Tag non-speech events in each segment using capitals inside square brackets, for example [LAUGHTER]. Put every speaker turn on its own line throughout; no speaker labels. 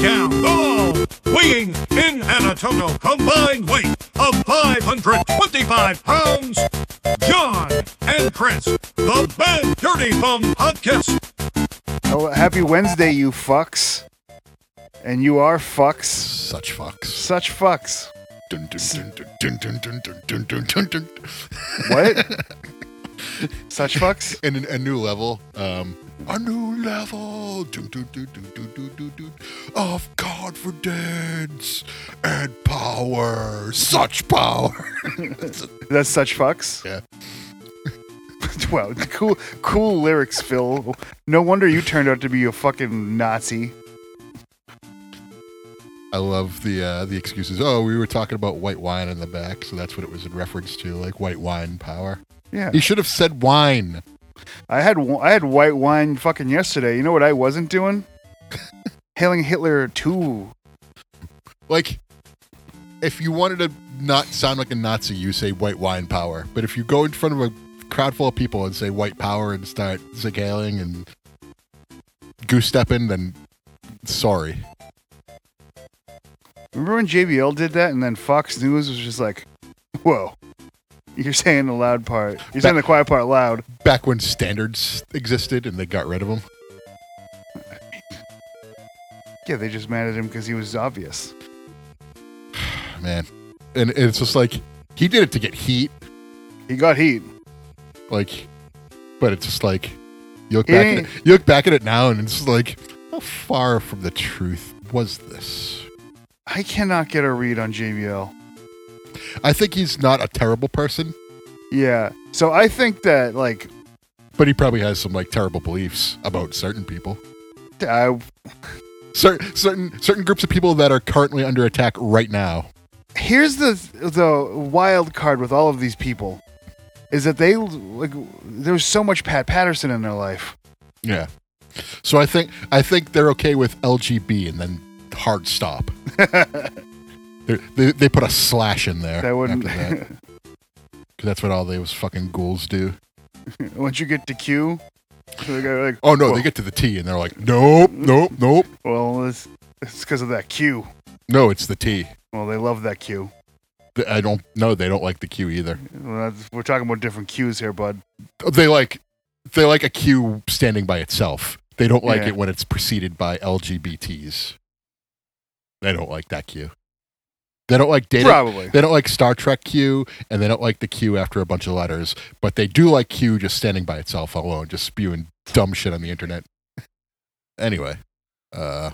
down the weighing in at a total combined weight of 525 pounds, John and Chris, the Bad Dirty Bum Podcast.
Oh, happy Wednesday, you fucks. And you are fucks.
Such fucks.
Such fucks.
Dun, dun, dun, dun, dun, dun, dun, dun, dun, dun, dun.
What? Such fucks?
And an- a new level. Um, a new level dun, dun, dun, dun, dun, dun, dun, dun, of confidence and power. Such power. [LAUGHS]
That's such fucks?
Yeah.
[LAUGHS] well, cool, cool lyrics, Phil. No wonder you turned out to be a fucking Nazi.
I love the uh, the excuses. Oh, we were talking about white wine in the back, so that's what it was in reference to, like white wine power.
Yeah.
You should have said wine.
I had wi- I had white wine fucking yesterday. You know what I wasn't doing? Hailing Hitler 2.
Like, if you wanted to not sound like a Nazi, you say white wine power. But if you go in front of a crowd full of people and say white power and start zigzagging and goose stepping, then sorry.
Remember when JBL did that and then Fox News was just like, whoa. You're saying the loud part. You're saying the quiet part loud.
Back when standards existed and they got rid of them.
Yeah, they just mad at him because he was obvious.
Man. And it's just like, he did it to get heat.
He got heat.
like but it's just like you look
It
back
ain't-
at it, you look back at it now and it's just like how far from the truth was this
I cannot get a read on JBL.
i think he's not a terrible person
Yeah. So I think that like
but he probably has some like terrible beliefs about certain people
I,
Cer- certain certain groups of people that are currently under attack right now
here's the the wild card with all of these people is that they like there's so much Pat Patterson in their life.
yeah so i think i think they're okay with lgb and then hard stop [LAUGHS] They're- they, they put a slash in there
That wouldn't. [LAUGHS]
after that, 'cause that's what all those fucking ghouls do
[LAUGHS] Once you get to Q, they go like,
Oh no,
Well-
they get to the T and they're like, nope, nope, nope.
well, it's it's because of that Q.
No, it's the T.
Well, they love that Q.
Th- I don't. No, they don't like the Q either.
Well, that's, we're talking about different Qs here, bud.
They like, they like a Q standing by itself. They don't like
Yeah.
it when it's preceded by LGBTs. They don't like that Q. They don't like data.
Probably.
They don't like Star Trek Q, and they don't like the Q after a bunch of letters. But they do like Q just standing by itself alone, just spewing dumb shit on the internet. anyway, uh,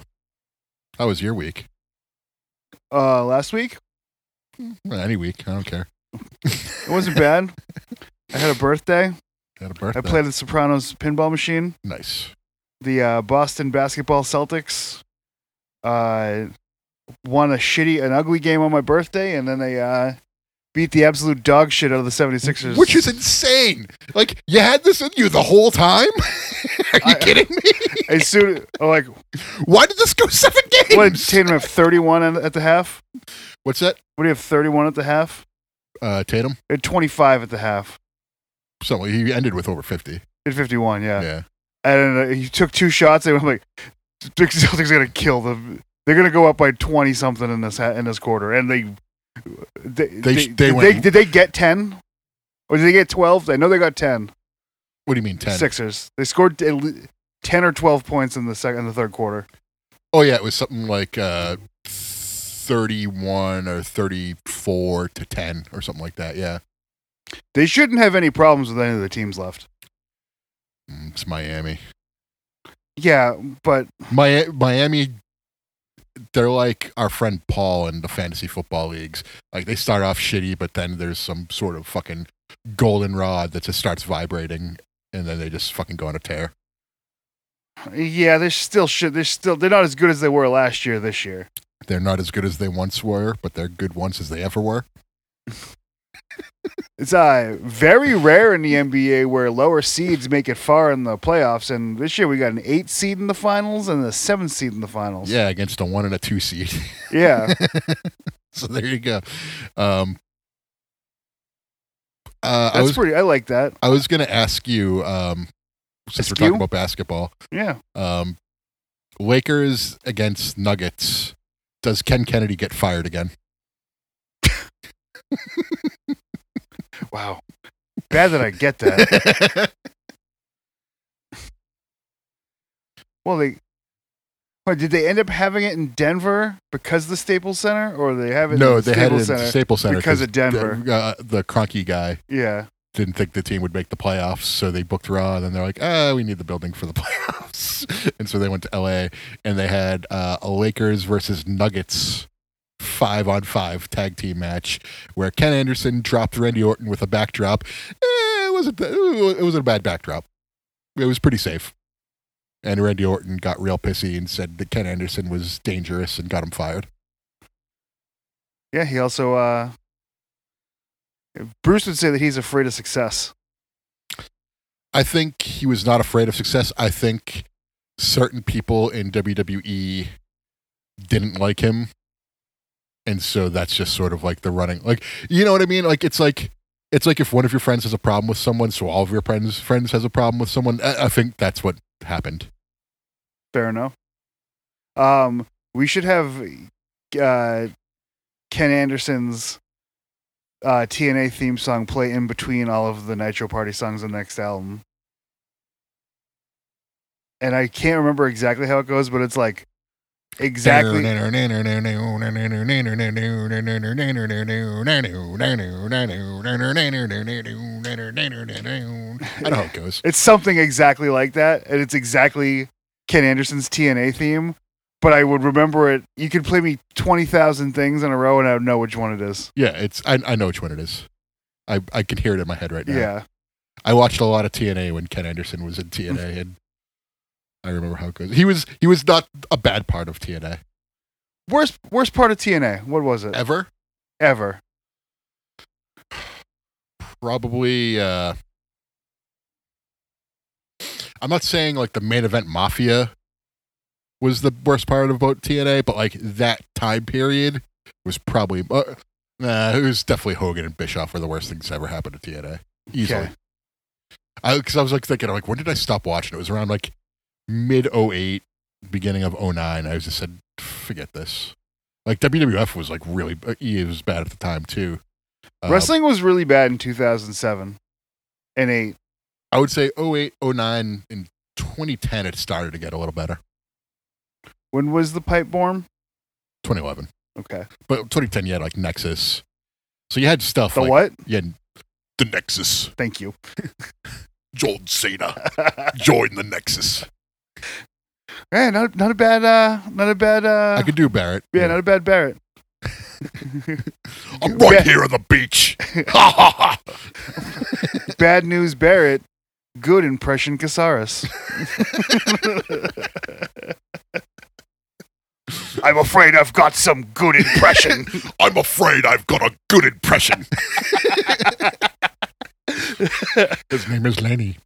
how was your week?
Uh, last week
Well, any week, I don't care.
it wasn't bad. I had a birthday.
[LAUGHS] Had a birthday.
I played the Sopranos pinball machine.
Nice.
the uh, Boston basketball Celtics uh, won a shitty, an ugly game on my birthday, and then they uh, beat the absolute dog shit out of the 76ers.
Which is insane. Like you had this in you the whole time. [LAUGHS] Are you
I-
kidding me?
as soon like
Why did this go seven games?
what did Tatum have 31 at- at the half?
What's that?
What do you have 31 at the half?
Uh, Tatum.
They had 25 at the half.
So he ended with over fifty.
They had 51, yeah.
Yeah.
And uh, he took two shots. They were like, the Celtics are gonna kill them. They're gonna go up by 20 something in this ha- in this quarter, and they they
They- they
did, they
went-
did they get 10 or did they get 12? I know they got 10.
What do you mean ten?
Sixers. They scored at le- ten or twelve points in the second, in the third quarter.
Oh yeah, it was something like uh, thirty-one or thirty-four to ten or something like that. Yeah.
They shouldn't have any problems with any of the teams left.
Mm, It's Miami.
Yeah, but
Mi- Miami, they're like our friend Paul in the fantasy football leagues. Like they start off shitty, but then there's some sort of fucking goldenrod that just starts vibrating, and then they just fucking go on a tear.
yeah, they still should. They're still they're not as good as they were last year. This year,
They're not as good as they once were, but they're good once as they ever were.
it's uh very rare in the NBA where lower seeds make it far in the playoffs. And this year we got an eight seed in the finals and a seven seed in the finals.
Yeah, against a one and a two seed. [LAUGHS]
yeah.
so there you go. Um, uh, I
That's
was
pretty. I like that.
I was gonna ask you um, since
Ask
we're talking
you?
about basketball.
Yeah.
Um, Lakers against Nuggets. Does Ken Kennedy get fired again?
Wow. Bad that [LAUGHS] I get
[LAUGHS]
that. well, they. What, did they end up having it in Denver because of the Staples Center, or they have it?
no,
in
they had
Staples
it in
Center?
Staples Center
because of Denver.
the, uh, the cronky guy
Yeah,
didn't think the team would make the playoffs, so they booked Raw, and then they're like, "Ah, we need the building for the [LAUGHS] playoffs," and so they went to L.A. and they had uh, a Lakers versus Nuggets five on five tag team match where Ken Anderson dropped Randy Orton with a backdrop. Eh, it wasn't that, it wasn't a bad backdrop. It was pretty safe. And Randy Orton got real pissy and said that Ken Anderson was dangerous and got him fired.
yeah. He also. uh Bruce would say that he's afraid of success.
I think he was not afraid of success. I think certain people in WWE didn't like him. And so that's just sort of like the running like you know what I mean? Like it's like it's like if one of your friends has a problem with someone, so all of your friends friends has a problem with someone. I, I think that's what happened.
Fair enough. Um, we should have uh, Ken Anderson's uh, TNA theme song play in between all of the Nitro Party songs on the next album. And I can't remember exactly how it goes, but it's like exactly
I know how it goes.
It's something exactly like that, and it's exactly Ken Anderson's TNA theme. But I would remember it. You could play me twenty thousand things in a row, and I would know which one it is.
Yeah, it's I, I know which one it is. I, I can hear it in my head right now.
Yeah,
I watched a lot of TNA when Ken Anderson was in TNA, and I remember how it goes. He was he was not a bad part of TNA
worst worst part of TNA. What was it
ever.
ever?
Probably. Uh, I'm not saying like the main event Mafia was the worst part of both TNA, but like that time period was probably. Uh, nah, it was definitely Hogan and Bischoff were the worst things that ever happened to TNA easily.
Okay.
I because I was like thinking, I'm like, when did I stop watching? It was around like mid 08, beginning of 09. I was just said, forget this. Like WWF was like really, uh, it was bad at the time too. Uh,
Wrestling was really bad in two thousand seven and eight.
I would say 08, 09, and 2010 it started to get a little better.
When was the pipe bomb?
2011,
Okay,
but 2010 you had like Nexus, so you had stuff
the
like
what?
you had the Nexus,
Thank you. [LAUGHS]
John Cena, join the Nexus.
yeah, not not a bad uh, not a bad uh,
I could do Barrett.
yeah, not a bad Barrett.
[LAUGHS] I'm right
Yeah.
here on the beach. Ha ha ha.
bad news Barrett, good impression
[LAUGHS]
Casares. I'm afraid I've got some good impression.
[LAUGHS] I'm afraid I've got a good
[LAUGHS]
impression. His name is Lenny.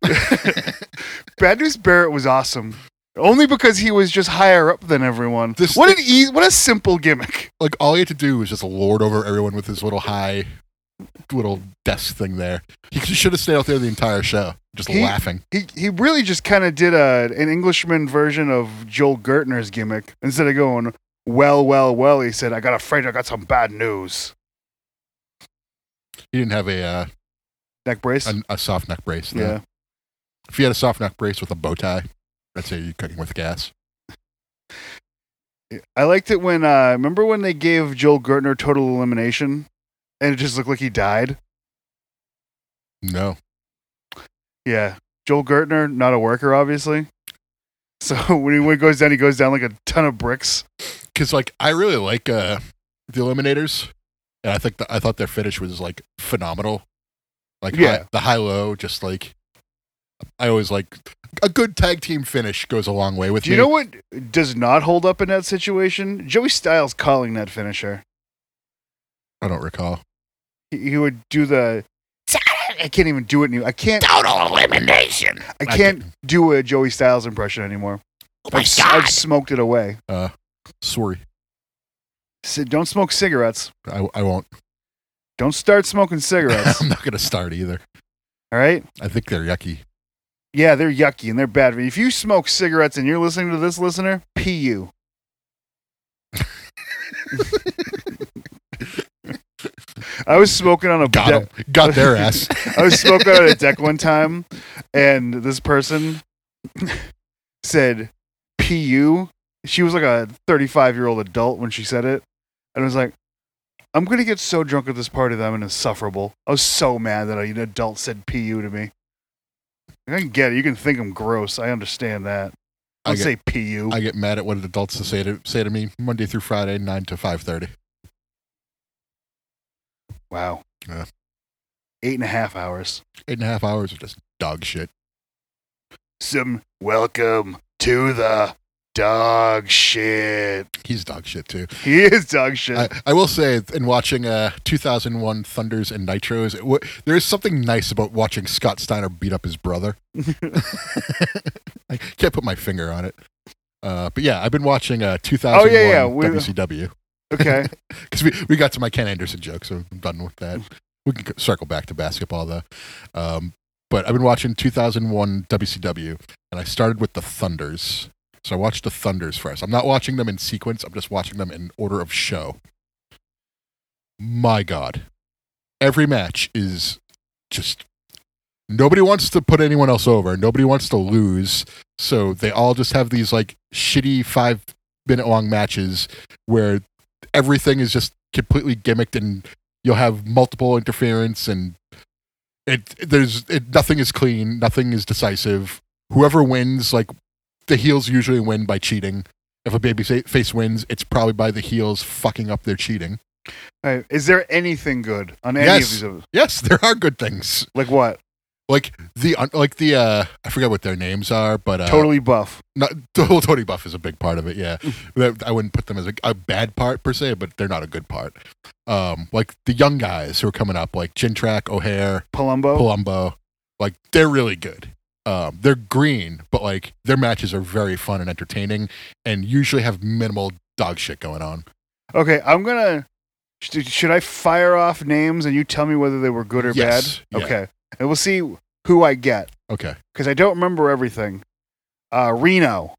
Bad News Barrett was awesome. Only because he was just higher up than everyone.
This-
what an easy, what a simple gimmick.
Like all he had to do was just lord over everyone with his little high little desk thing there. He should have stayed out there the entire show, just
He-
laughing.
He he really just kind of did a an Englishman version of Joel Gertner's gimmick. Instead of going well, well, well, he said, "I got afraid I got some bad news."
He didn't have a uh,
Neck brace.
a, a soft neck brace. though.
yeah.
If he had a soft neck brace with a bow tie, I'd say you're cooking with gas.
I liked it when uh remember when they gave Joel Gertner total elimination and it just looked like he died?
No.
Yeah. Joel Gertner, not a worker obviously. So [LAUGHS] when he when he goes down, he goes down like a ton of bricks.
because like I really like uh the Eliminators, and I think the, I thought their finish was like phenomenal. Like
Yeah.
high, the high low, just like I always like a good tag team finish goes a long way with
Do you
me.
know what does not hold up in that situation? Joey Styles calling that finisher.
I don't recall.
He, he would do the I can't even do it anymore. I can't
Total elimination.
I can't do a Joey Styles impression anymore.
Oh
I've, s- I've smoked it away.
Uh, sorry,
S- Don't smoke cigarettes.
I, I won't. [LAUGHS]
Don't start smoking cigarettes.
I'm not gonna start either.
All right?
I think they're yucky.
Yeah, they're yucky and they're bad. If you smoke cigarettes and you're listening to this listener, pee you. [LAUGHS] I was smoking on a
Got
de-
them. Got their ass. [LAUGHS]
I was smoking on a deck one time, and this person [LAUGHS] said "pu." She was like a 35 year old adult when she said it, and I was like, "I'm gonna get so drunk at this party that I'm insufferable." I was so mad that an adult said "pu" to me. I can get it. You can think I'm gross. I understand that.
I
I'd
get-
say "pu."
I get mad at what adults to say to say to me Monday through Friday, nine to five thirty.
wow.
Yeah.
Eight and a half hours.
Eight and a half hours of just dog shit.
Some welcome to the dog shit.
He's dog shit too.
[LAUGHS] He is dog shit.
I, [LAUGHS] I will say, in watching uh, 2001 Thunders and Nitros, it w- there is something nice about watching Scott Steiner beat up his
[LAUGHS]
brother. [LAUGHS] I can't put my finger on it. Uh, but yeah, I've been watching uh, 2001
Oh, yeah, yeah, we-
WCW
okay.
because we, we got to my Ken Anderson joke, so I'm done with that. We can c- circle back to basketball though. Um, but I've been watching 2001 WCW, and I started with the Thunders. So I watched the Thunders first. I'm not watching them in sequence. I'm just watching them in order of show. My God, every match is just nobody wants to put anyone else over. Nobody wants to lose, so they all just have these like shitty five minute long matches where everything is just completely gimmicked and you'll have multiple interference and it there's it, nothing is clean nothing is decisive whoever wins like the heels usually win by cheating if a baby fa- face wins it's probably by the heels fucking up their cheating
All right. Is there anything good on any
Yes.
of these? of-
yes [LAUGHS] there are good things
Like what?
like the un- like the uh i forget what their names are but uh
totally buff.
not, [LAUGHS] the whole Tony Buff is a big part of it. Yeah, That- I wouldn't put them as a, a bad part per se, but they're not a good part. Um, like the young guys who are coming up, like Jintrack, O'Hare,
Palumbo.
Palumbo, like they're really good. Um, they're green, but like their matches are very fun and entertaining, and usually have minimal dog shit going on.
okay, I'm gonna. sh- Should I fire off names and you tell me whether they were good or
Yes,
bad?
yeah.
Okay, and we'll see who I get
Okay,
because I don't remember everything. Uh, Reno.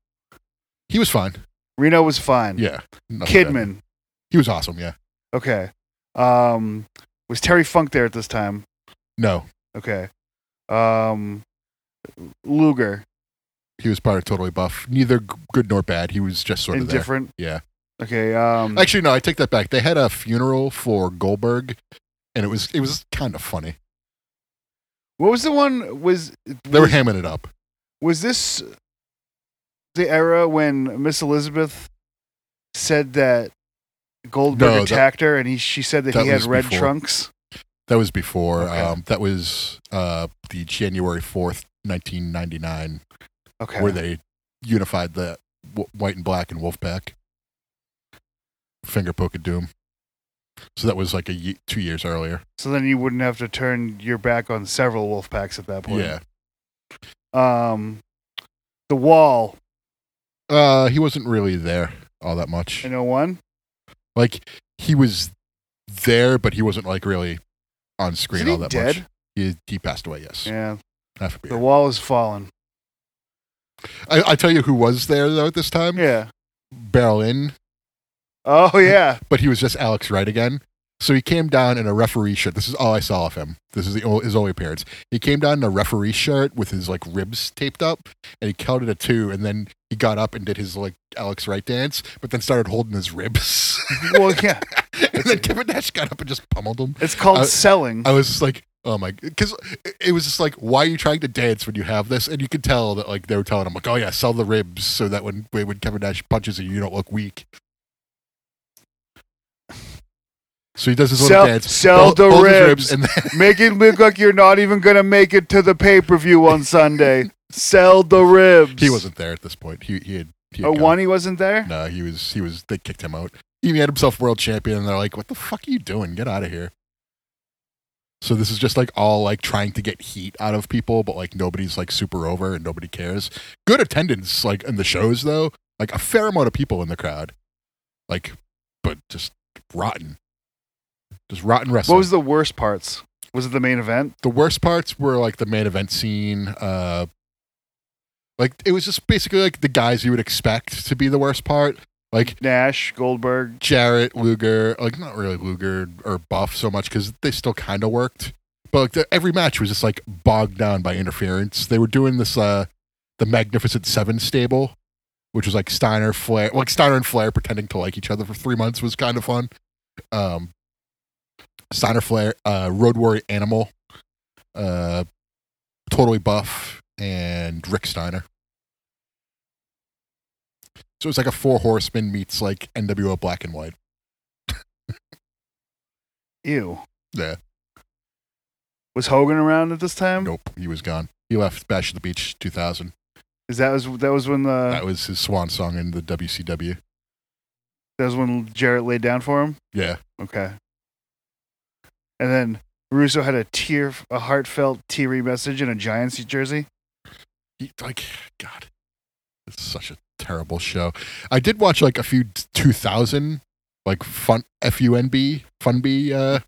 he was fine.
Reno was fine.
Yeah, Nothing bad.
Kidman.
he was awesome. Yeah,
Okay. Um, was Terry Funk there at this time?
no,
Okay. Um, Luger.
he was part of Totally Buff. Neither g- good nor bad. He was just sort of there.
Indifferent.
Yeah.
Okay. Um,
Actually, no, I take that back. They had a funeral for Goldberg, and it was it was kind of funny.
what was the one? Was
They were
Mm.
hamming it up.
was this the era when Miss Elizabeth said that Goldberg
No, that-
attacked her, and he she said that,
that
he had
was
red
before.
trunks?
That was before.
Okay.
Um, that was uh, the January fourth, nineteen ninety nine,
Okay,
where they unified the w- white and black and Wolfpack. Finger poke of doom. So that was like a ye- two years earlier.
so then you wouldn't have to turn your back on several wolf packs at that point.
Yeah.
Yeah. Um, the Wall.
Uh, he wasn't really there all that much.
I know one.
Like he was there, but he wasn't like really on screen
Isn't he
all that much.
dead?
He, he passed away. Yes.
Yeah.
Half a
The
beer.
Wall is
[LAUGHS]
fallen.
I, I tell you who was there though at this time.
Yeah.
Barrel in,
Oh yeah.
but he was just Alex Wright again. So he came down in a referee shirt. This is all I saw of him. This is the o- his only appearance. He came down in a referee shirt with his like ribs taped up, and he counted a two, and then he got up and did his like Alex Wright dance, but then started holding his ribs. [LAUGHS]
well, yeah.
and
[LAUGHS]
then Kevin Nash got up and just pummeled him. [LAUGHS]
It's called
I-
selling.
I was just like, oh my, because it was just like, why are you trying to dance when you have this? And you could tell that like they were telling him like, oh yeah, sell the ribs so that when when Kevin Nash punches you, you don't look weak. So he does his little
Sell-
dance,
sell
hol-
the
holds his
ribs.
and then, [LAUGHS]
make it look like you're not even gonna make it to the pay per view on
[LAUGHS]
Sunday. Sell the ribs.
he wasn't there at this point. He he had, he had
Oh,
gone.
one he wasn't there.
No, uh, he was he was. They kicked him out. He made himself world champion, and they're like, "What the fuck are you doing? Get out of here!" So this is just like all like trying to get heat out of people, but like nobody's like super over and nobody cares. Good attendance, like in the shows though, like a fair amount of people in the crowd, like, but just rotten, just rotten wrestling.
What was the worst parts? Was it the main event?
the worst parts were like the main event scene, uh, Like it was just basically like the guys you would expect to be the worst part. Like
Nash, Goldberg.
Jarrett, Luger, like not really Luger or Buff so much because they still kind of worked. But like the, every match was just like bogged down by interference. They were doing this, uh, the Magnificent Seven stable, which was like Steiner, Flair, like Steiner and Flair pretending to like each other for three months was kind of fun. Um, Steiner, Flair, uh, Road Warrior Animal, uh, Totally Buff, and Rick Steiner. So it's like a four horsemen meets like NWO black and white.
Ew.
Yeah.
Was Hogan around at this time?
Nope, he was gone. He left Bash at the Beach 2000.
Is that was that was when the
that was his swan song in the WCW.
that was when Jarrett laid down for him?
Yeah,
Okay. And then Russo had a tear, a heartfelt teary message in a Giants jersey.
he, like God, it's such a terrible show. I did watch like a few 2000 like fun FUNB funb uh,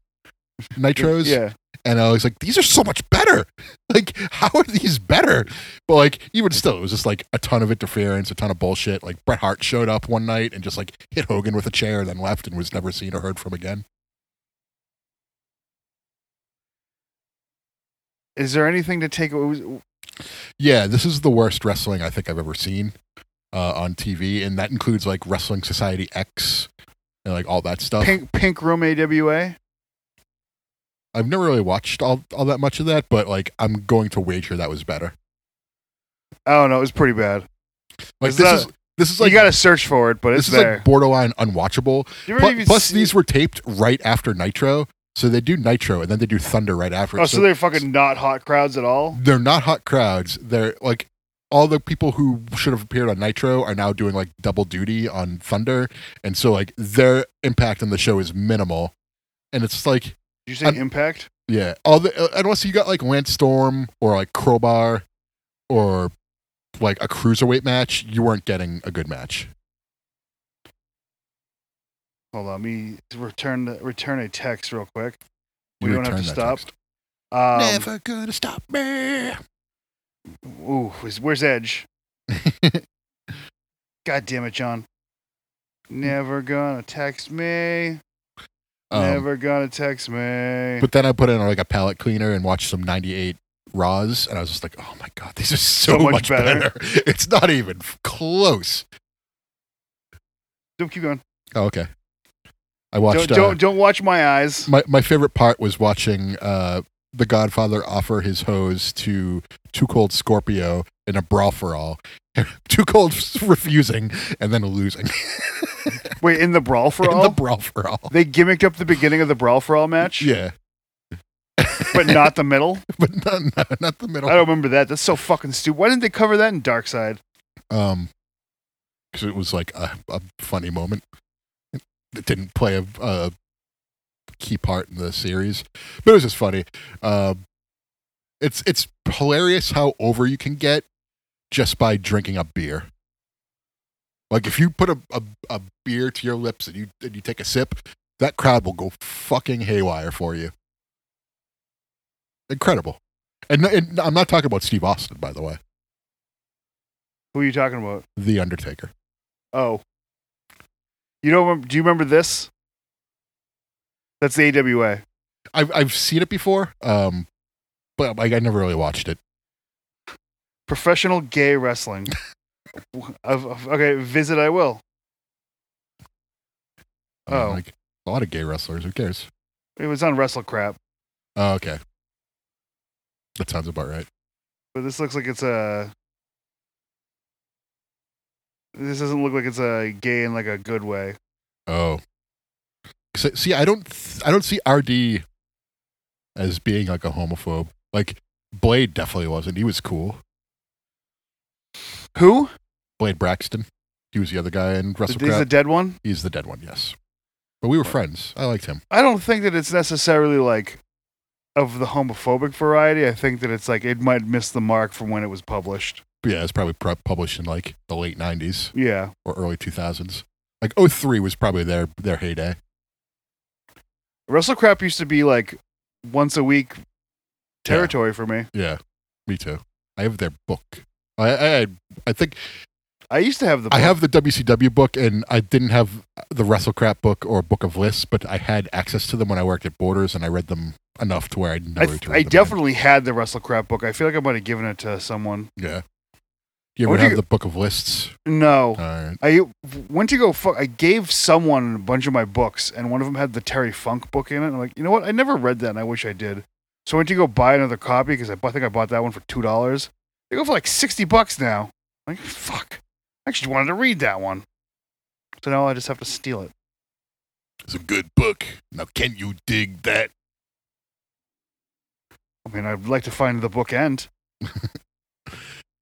nitros.
Yeah.
and I was like, these are so much better. [LAUGHS] Like, how are these better? But like, even still, it was just like a ton of interference, a ton of bullshit. Like Bret Hart showed up one night and just like hit Hogan with a chair, and then left and was never seen or heard from again.
Is there anything to take? Was,
Yeah, this is the worst wrestling I think I've ever seen uh, on TV, and that includes like Wrestling Society X and like all that stuff.
Pink Pink Room AWA.
I've never really watched all all that much of that, but like, I'm going to wager that was better.
I don't know. It was pretty bad.
Like
Is
this
that-
is this is
you
like
got to search for it, but
this
it's
is
there.
like borderline unwatchable.
Do you
Plu-
even
plus,
see-
these were taped right after Nitro, so they do Nitro and then they do Thunder right after.
Oh, so they're fucking not hot crowds at all.
they're not hot crowds. They're like all the people who should have appeared on Nitro are now doing like double duty on Thunder, and so like their impact on the show is minimal. And it's just like,
Did you say
I'm-
Impact?
yeah, all the uh, unless you got like Lance Storm or like Crowbar or like a cruiserweight match, you weren't getting a good match.
Hold on, let me return return a text real quick. We
You
don't have
return
to
that
stop.
text.
Um,
Never gonna stop me.
Ooh, where's, where's
[LAUGHS]
Edge? God damn it, John. Never gonna text me.
Um,
Never gonna text me.
[LAUGHS] But then I put in like a palette cleaner and watched some 98 Raws, and I was just like, oh my God, these are so, much, better. [LAUGHS] It's not even f- close.
don't keep going.
Oh, okay. I watched.
Don't, don't don't watch my eyes.
[LAUGHS] uh, my, my favorite part was watching uh, The Godfather offer his hose to Too Cold Scorpio in a brawl for all. [LAUGHS] Too Cold [LAUGHS] refusing and then losing
Wait, in the brawl for
[LAUGHS] in
all,
the brawl for all.
they gimmicked up the beginning of the brawl for all match,
Yeah, [LAUGHS]
but not the middle.
but not, not, not the middle.
I don't remember that. That's so fucking stupid. Why didn't they cover that in Dark Side?
um because it was like a, a funny moment it didn't play a, a key part in the series but it was just funny um it's it's hilarious how over you can get just by drinking a beer like if you put a, a, a beer to your lips and you and you take a sip that crowd will go fucking haywire for you incredible and, and i'm not talking about steve austin by the way
Who are you talking about?
the undertaker
Oh, you don't. Remember, do you remember this? That's the AWA.
I've I've seen it before, um, but like I never really watched it.
professional gay wrestling. Of- of- okay, visit I will.
I mean,
Oh.
Um, like a lot of gay wrestlers. Who cares?
It was on Wrestle Crap,
Oh, okay, that sounds about right.
but this looks like it's a. This doesn't look like it's a gay in like a good way.
Oh, 'Cause I- see, I don't th- I don't see RD as being like a homophobe. Like Blade definitely wasn't. He was cool.
Who?
Blade Braxton. He was the other guy in
He's
Wrestle
the dead one.
He's the dead one. Yes, but we were friends. I liked him.
I don't think that it's necessarily like of the homophobic variety. I think that it's like it might miss the mark from when it was published.
But yeah, it's probably pr- published in like the late '90s
Yeah.
or early 2000s. Like 03 was probably their their heyday.
Wrestle Crap used to be like once a week territory for me.
Yeah, me too. I have their book. I I, I think
I used to have the.
I
book.
have the WCW book, and I didn't have the Wrestle Crap book or Book of Lists, but I had access to them when I worked at Borders, and I read them enough to where I know
I,
where
th-
to
I
read them.
definitely had the Wrestle Crap book. I feel like I might have given it to someone.
yeah. You ever
What'd
have
you-
the Book of Lists? Uh,
No,
All right.
I went to go. Fu- I gave someone a bunch of my books, and one of them had the Terry Funk book in it. I'm like, you know what? I never read that, and I wish I did. So I went to go buy another copy because I, bu- I think I bought that one for two dollars. They go for like sixty bucks now. I'm like, fuck! I actually wanted to read that one, so now I just have to steal it.
It's a good book. Now, can you dig that?
I mean, I'd like to find the book end.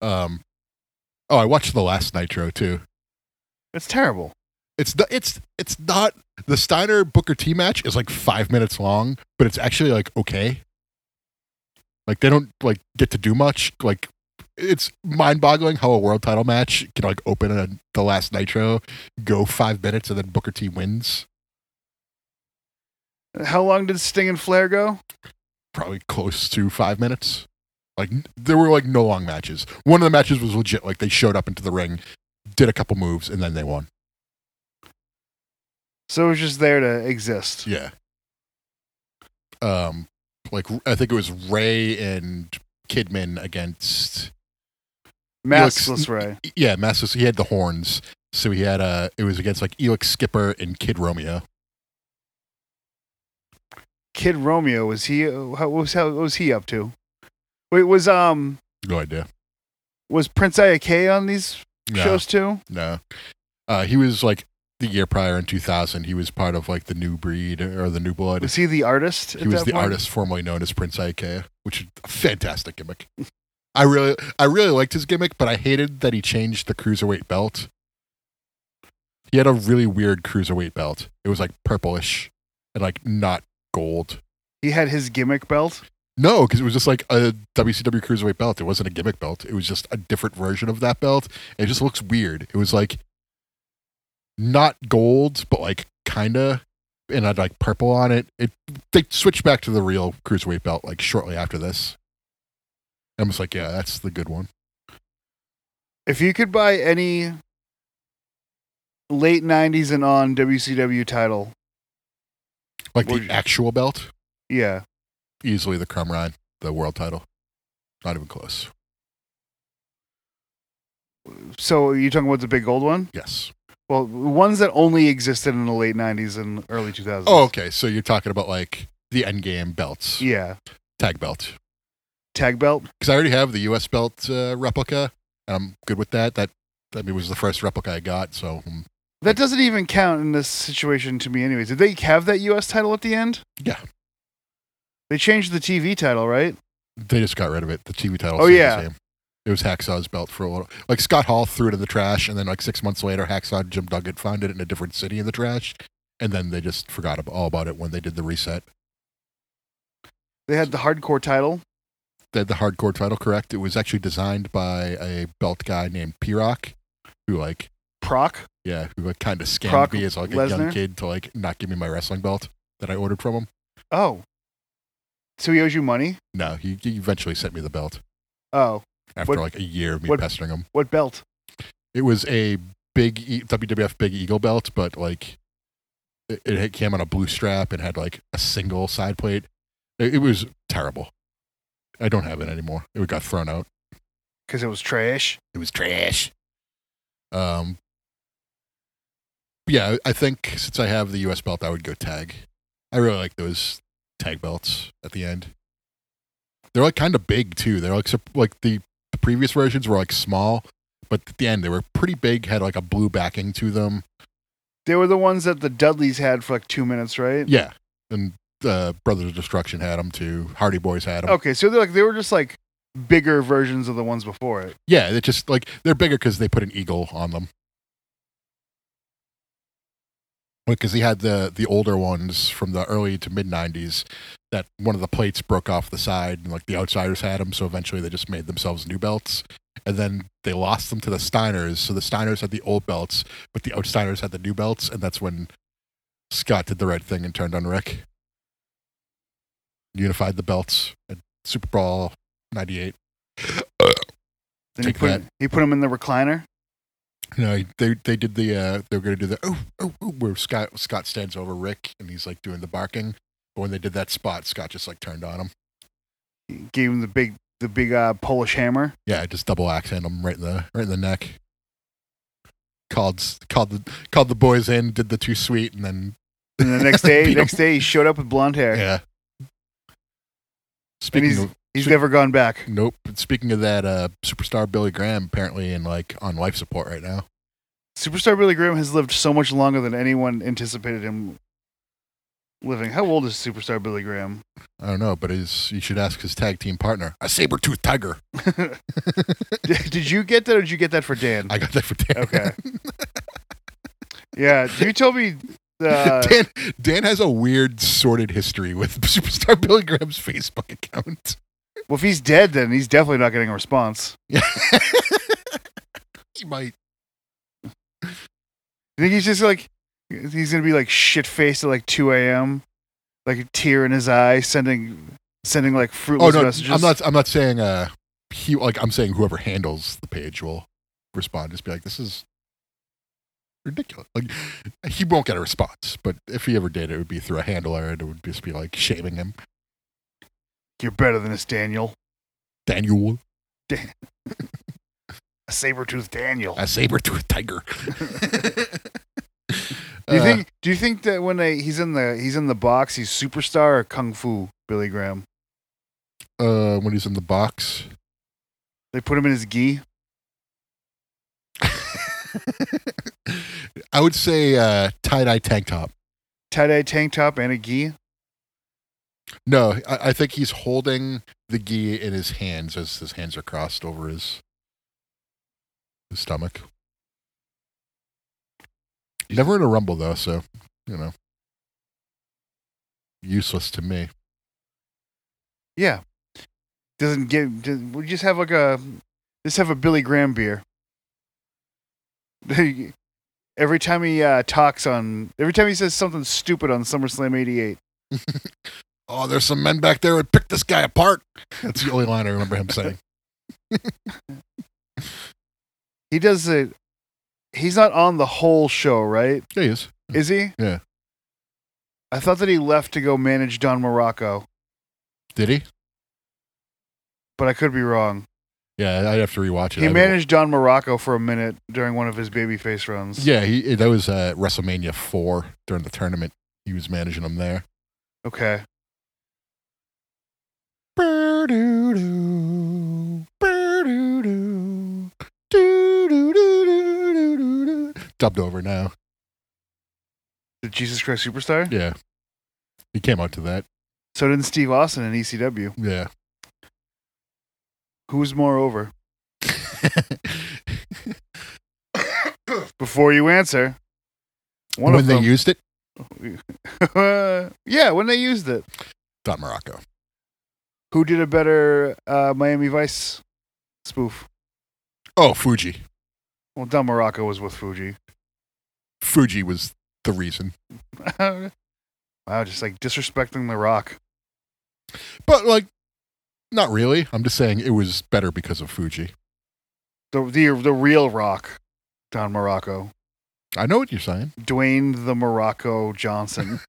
Um, oh, I watched the last Nitro too.
It's terrible.
It's not, it's it's not the Steiner Booker T match is like five minutes long, but it's actually like okay. Like they don't like get to do much. Like it's mind boggling how a world title match can like open a, the last Nitro, go five minutes, and then Booker T wins.
How long did Sting and Flair go?
Probably close to five minutes. Like n- there were like no long matches. One of the matches was legit. Like they showed up into the ring, did a couple moves, and then they won.
So it was just there to exist.
Yeah. Um, like I think it was Ray and Kidman against
Maskless
Looks-
Ray.
yeah, Masters. He had the horns, so he had uh It was against like Elix Skipper and Kid Romeo.
Kid Romeo was he? How, what was how, what was he up to? Wait, was um
No idea.
was Prince Ayake on these
No,
shows too?
no. Uh, he was like the year prior in 2000. He was part of like the New Breed or the New Blood.
Was he the artist?
he
at
was
that
the
point?
artist formerly known as Prince Ikea, which is a fantastic gimmick. I really, I really liked his gimmick, but I hated that he changed the cruiserweight belt. He had a really weird cruiserweight belt. It was like purplish and like not gold.
He had his gimmick belt.
No, because it was just like a WCW cruiserweight belt. It wasn't a gimmick belt. It was just a different version of that belt. It just looks weird. It was like not gold, but like kinda, and I'd like purple on it. It they switched back to the real cruiserweight belt like shortly after this. I'm just like, yeah, that's the good one.
If you could buy any late '90s and on WCW title,
Like
Would
the
you-
actual belt,
yeah,
easily the crumb ride, the world title. Not even close.
So you're talking about the big gold one?
Yes.
Well, ones that only existed in the late '90s and early 2000s.
Oh, okay. So you're talking about like the end game belts,
yeah,
tag belt.
tag belt.
because I already have the U.S. belt uh, replica, and I'm good with that. That that was the first replica I got, so um,
That doesn't even count in this situation to me, anyways. Did they have that U.S. title at the end?
Yeah.
They changed the TV title, right?
they just got rid of it. The TV title.
Oh,
stayed the
yeah.
same. it was Hacksaw's belt for a little. Like Scott Hall threw it in the trash, and then like six months later, Hacksaw and Jim Duggan found it in a different city in the trash, and then they just forgot ab- all about it when they did the reset.
They had the hardcore title.
They had the hardcore title correct. It was actually designed by a belt guy named P-Rock, who like
Proc.
yeah, who like kind of scammed
Brock
me as like a young
Lesnar?
kid to like not give me my wrestling belt that I ordered from him.
Oh. So he owes you money?
No, he, he eventually sent me the belt.
Oh.
after
What-
like a year of me
what-
pestering him.
What belt?
It was a big e- WWF Big Eagle belt, but like it, it had- came on a blue strap and had like a single side plate. It, it was terrible. I don't have it anymore. It got thrown out.
Because it was trash.
It was trash. Um. Yeah, I I think since I have the U.S. belt, I would go tag. I really like those tag belts at the end. They're like kind of big too. They're like sup- like the, the previous versions were like small, but at the end they were pretty big. Had like a blue backing to them.
They were the ones that the Dudleys had for like two minutes, right?
Yeah, and uh, Brothers of Destruction had them too. Hardy Boys had them.
Okay, so they're like they were just like bigger versions of the ones before it.
Yeah, they just like they're bigger because they put an eagle on them. Because he had the the older ones from the early to mid '90s, that one of the plates broke off the side, and like the outsiders had them. So eventually, they just made themselves new belts, and then they lost them to the Steiners. So the Steiners had the old belts, but the outsiders had the new belts, and that's when Scott did the right thing and turned on Rick, unified the belts at Super Bowl '98.
Then he
Take
put
that.
he put him in the recliner.
No, they they did the uh they were gonna do the oh oh, oh where Scott Scott stands over Rick and he's like doing the barking. But when they did that spot, Scott just like turned on him.
He gave him the big the big uh, Polish hammer.
Yeah, just double axe handed him right in the right in the neck. Called s- called the called the boys in, did the too sweet, and then
And the next day,
[LAUGHS] Beat
next day he showed up with blonde hair.
yeah.
and
Speaking
he's
of
he's never gone back.
nope, speaking of that, uh, superstar Billy Graham apparently in like on life support right now.
Superstar Billy Graham has lived so much longer than anyone anticipated him living. How old is Superstar Billy
[LAUGHS]
Graham? [LAUGHS]
I don't know, but his you should ask his tag team partner, a saber tooth tiger.
did did you get that or did you get that for Dan?
I got that for
[LAUGHS]
Dan. [LAUGHS]
Okay. yeah, you told me uh,
[LAUGHS] Dan, Dan has a weird sordid history with [LAUGHS] superstar Billy Graham's Facebook account.
well if he's dead then he's definitely not getting a response.
He might.
You think he's just like he's gonna be like shit faced at like two AM, like a tear in his eye, sending sending like
Oh
fruitless
no,
messages.
I'm not. I'm not saying. Uh, he like I'm saying whoever handles the page will respond. Just be like, this is ridiculous. Like he won't get a response, but if he ever did, it would be through a handler, and it would just be like shaming him.
You're better than this, Daniel.
Daniel,
A saber tooth Daniel.
a saber tooth tiger.
[LAUGHS]
[LAUGHS]
Do you
Uh,
think? Do you think that when they, he's in the he's in the box, he's superstar or kung fu Billy Graham?
uh, when he's in
[LAUGHS]
the box?
They put him in his gi.
I would say uh, tie dye tank top.
tie dye tank top and a gi.
No, I, I think he's holding the gi in his hands as his hands are crossed over his his stomach. Never in a rumble though, so you know, useless to me.
Yeah, doesn't get. does- We just have like a just have a Billy Graham beer. [LAUGHS] every time he uh, talks on, every time he says something stupid on SummerSlam '88,
Oh, there's some men back there who picked this guy apart. That's the only line I remember
[LAUGHS]
him saying.
he does it. He's not on the whole show, right?
Yeah, he is.
Is he?
Yeah.
I thought that he left to go manage Don Morocco,
Did he?
but I could be wrong.
Yeah, I'd have to rewatch it.
He
I-
managed Don Morocco for a minute during one of his babyface runs.
Yeah, he, that was uh, WrestleMania four during the tournament. He was managing him there.
Okay.
Ba-do-do, ba-do-do, do-do-do-do-do-do. Dubbed over now.
The Jesus Christ Superstar.
Yeah. He came out to that.
So did Steve Austin in E ECW.
Yeah.
Who's more over? Before you answer, [LAUGHS] one
when
of
they
them.
used it,
[LAUGHS] yeah, when they used it.
Don Morocco.
Who did a better uh, Miami Vice spoof?
Oh, Fuji.
Well, Don Morocco was with Fuji. [LAUGHS]
Fuji was the reason.
wow, just like disrespecting The Rock.
But, like, not really. I'm just saying it was better because of Fuji.
The the the real Rock, Don Morocco,
I know what you're saying.
Dwayne the Morocco
[LAUGHS]
Johnson.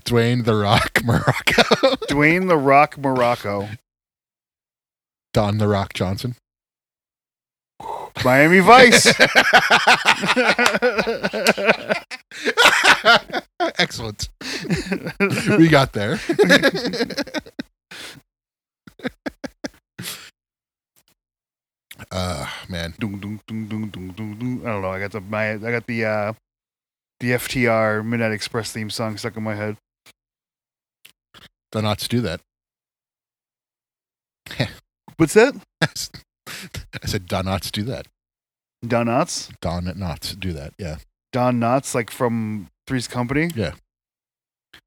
Dwayne The Rock [LAUGHS] Morocco.
Dwayne the Rock Morocco.
Don The Rock Johnson.
Miami Vice.
[LAUGHS] Excellent.
[LAUGHS]
We got there. [LAUGHS] uh man.
Dun, dun, dun, dun, dun, dun, dun. I don't know. I got the my I got the uh the FTR Midnight Express theme song stuck in my head.
The knots do that. [LAUGHS]
What's that?
I said Don knots do that.
Don Knotts.
Don knots do that. Yeah.
Don Knotts, like from Three's Company.
Yeah. It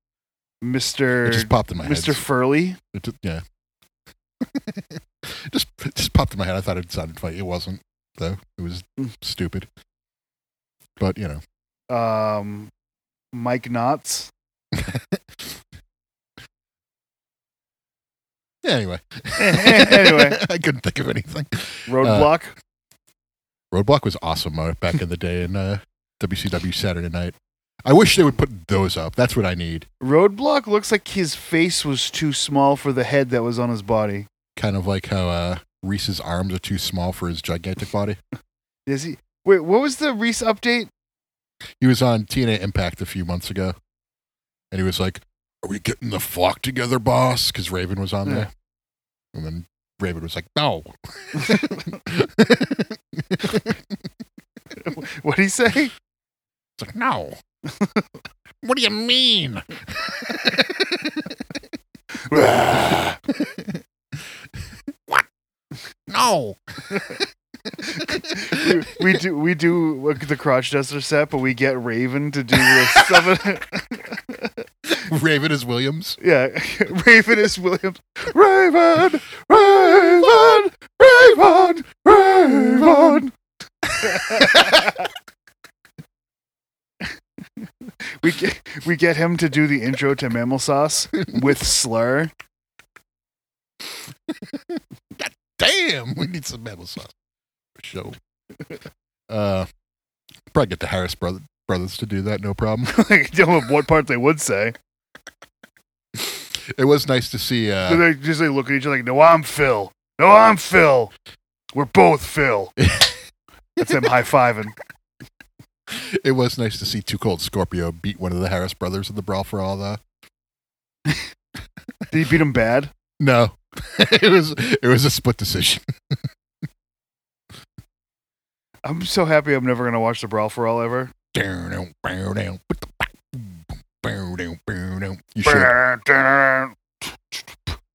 Mister
just popped in my
Mister
head.
Furley.
It ju- yeah. [LAUGHS] just just popped in my head. I thought it sounded funny. It wasn't though. It was stupid. But you know.
Um, Mike Knotts.
Anyway.
[LAUGHS] anyway,
[LAUGHS] I couldn't think of anything.
Roadblock.
Uh, Roadblock was awesome uh, back in the day in uh, WCW Saturday Night. I wish they would put those up. That's what I need.
Roadblock looks like his face was too small for the head that was on his body.
Kind of like how uh, Reese's arms are too small for his gigantic body.
Is he? Wait, what was the Reese update? [LAUGHS]
He was on TNA Impact a few months ago, and he was like, "Are we getting the flock together, boss?" Because Raven was on
Yeah.
there, and then Raven was like,
[LAUGHS]
"No." [LAUGHS]
What did he say?
It's like, no. [LAUGHS] what do you mean? [LAUGHS] what? No.
We- we do we do the crotch duster set, but we get Raven to do this
[LAUGHS]
stuff.
Raven is Williams.
yeah, [LAUGHS] Raven is Williams. Raven, Raven, Raven, Raven. we get we get him to do the intro to Mammal Sauce with slur. [LAUGHS]
Damn, we need some metal sauce. For sure. [LAUGHS] Uh, probably get the Harris brother, brothers to do that, no problem. [LAUGHS]
like, don't know what part they would say.
it was nice to see.
So
[LAUGHS] Uh,
they just like look at each other like, "No, I'm Phil. No, I'm Phil. We're both
[LAUGHS]
Phil." That's him high fiving.
it was nice to see Too Cold Scorpio beat one of the Harris brothers in the brawl for all the
Did he beat him bad?
No, [LAUGHS] it was it was a split decision. [LAUGHS]
I'm so happy I'm never gonna watch the brawl for all ever.
You should.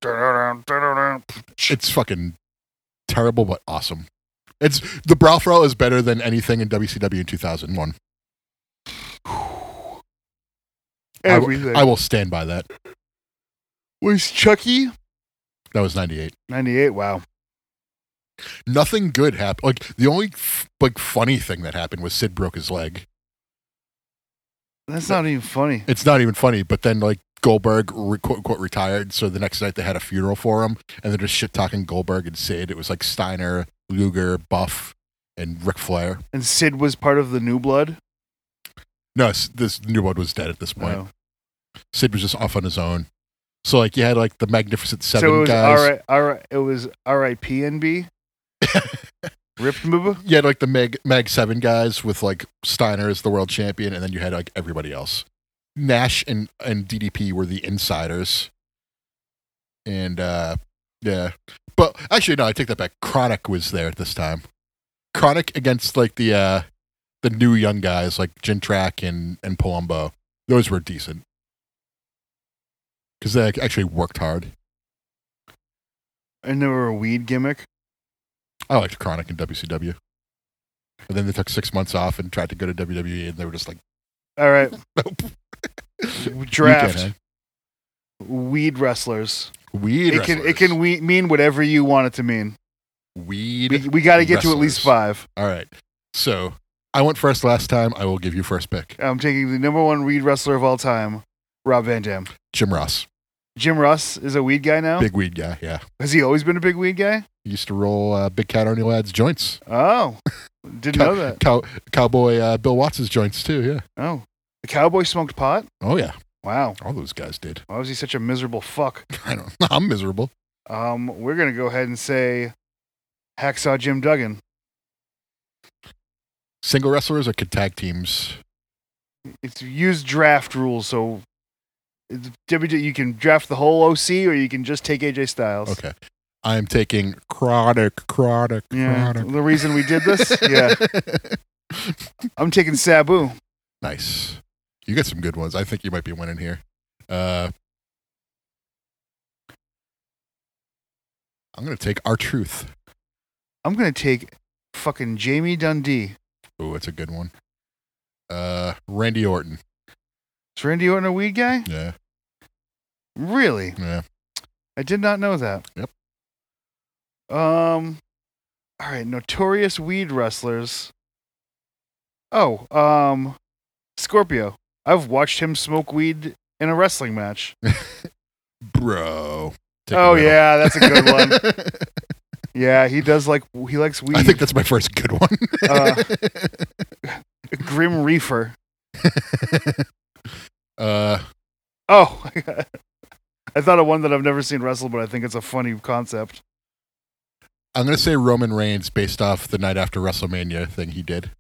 It's
It's fucking terrible, but awesome. It's the brawl for all is better than anything in WCW in 2001.
everything.
I will stand by that.
was Chucky
That was 98.
98. Wow.
Nothing good happened. Like the only f- like funny thing that happened was Sid broke his leg.
That's not even funny.
It's not even funny. But then like Goldberg re- quote unquote retired, so the next night they had a funeral for him, and they're just shit talking Goldberg and Sid. It was like Steiner, Luger, Buff, and Ric Flair.
And Sid was part of the New Blood.
No, s- this new one was dead at this point.
Oh.
Sid was just off on his own. So like you had like the Magnificent Seven
So it was
guys.
R I R I it was
[LAUGHS]
R.I.P.N.B. Ripped Mooba.
You had like the Mag Mag Seven guys with like Steiner as the world champion, and then you had like everybody else. Nash and and DDP were the insiders. And uh yeah, but actually no, I take that back. Chronic was there at this time. Chronic against like the uh the new young guys like Jintrak and and Palumbo. Those were decent because they like, actually worked hard.
And there were a weed gimmick.
I liked Chronic in WCW. And then they took six months off and tried to go to WWE, and they were just like,
All right.
[LAUGHS] nope.
Draft
Weekend,
weed wrestlers.
huh? Weed.
it can it can we- mean whatever you want it to mean.
weed.
We, we got to get to at least five.
All right. So I went first last time. I will give you first pick.
I'm taking the number one weed wrestler of all time, Rob Van Dam.
Jim Ross,
Jim Russ is a weed guy now.
big weed guy. Yeah,
Has he always been a big weed guy?
he used to roll uh, Big Cat Arnie Ladd's joints. [LAUGHS]
Oh, didn't know that.
Cow- Cowboy uh, Bill Watts' joints too. Yeah.
Oh, the cowboy smoked pot.
Oh yeah.
Wow,
All those guys did. [LAUGHS]
why was he such a miserable fuck?
I don't. [LAUGHS] I'm miserable.
Um, we're gonna go ahead and say hacksaw Jim Duggan.
Single wrestlers or could tag teams.
It's used draft rules, so it's- WD you can draft the whole OC or you can just take AJ Styles.
Okay. I am taking chronic, chronic,
Yeah,
chronic.
the reason we did
[LAUGHS]
this. yeah, I'm taking Sabu.
Nice. You got some good ones. I think you might be winning here. Uh, I'm gonna take our truth.
I'm gonna take fucking Jamie Dundee.
Oh, that's a good one. Uh, Randy Orton.
Is Randy Orton a weed guy?
Yeah,
Really?
yeah.
I did not know that.
Yep.
Um. All right, notorious weed wrestlers. Oh, um, Scorpio. I've watched him smoke weed in a wrestling match.
Bro, Dick
oh
Riddle.
yeah, that's a
[LAUGHS]
good one. yeah, he does like he likes weed.
I think that's my first good one.
Uh, Grim Reefer.
[LAUGHS] uh,
Oh, [LAUGHS] I thought of one that I've never seen wrestle, but I think it's a funny concept.
I'm gonna say Roman Reigns based off the night after WrestleMania thing
[LAUGHS]
he did.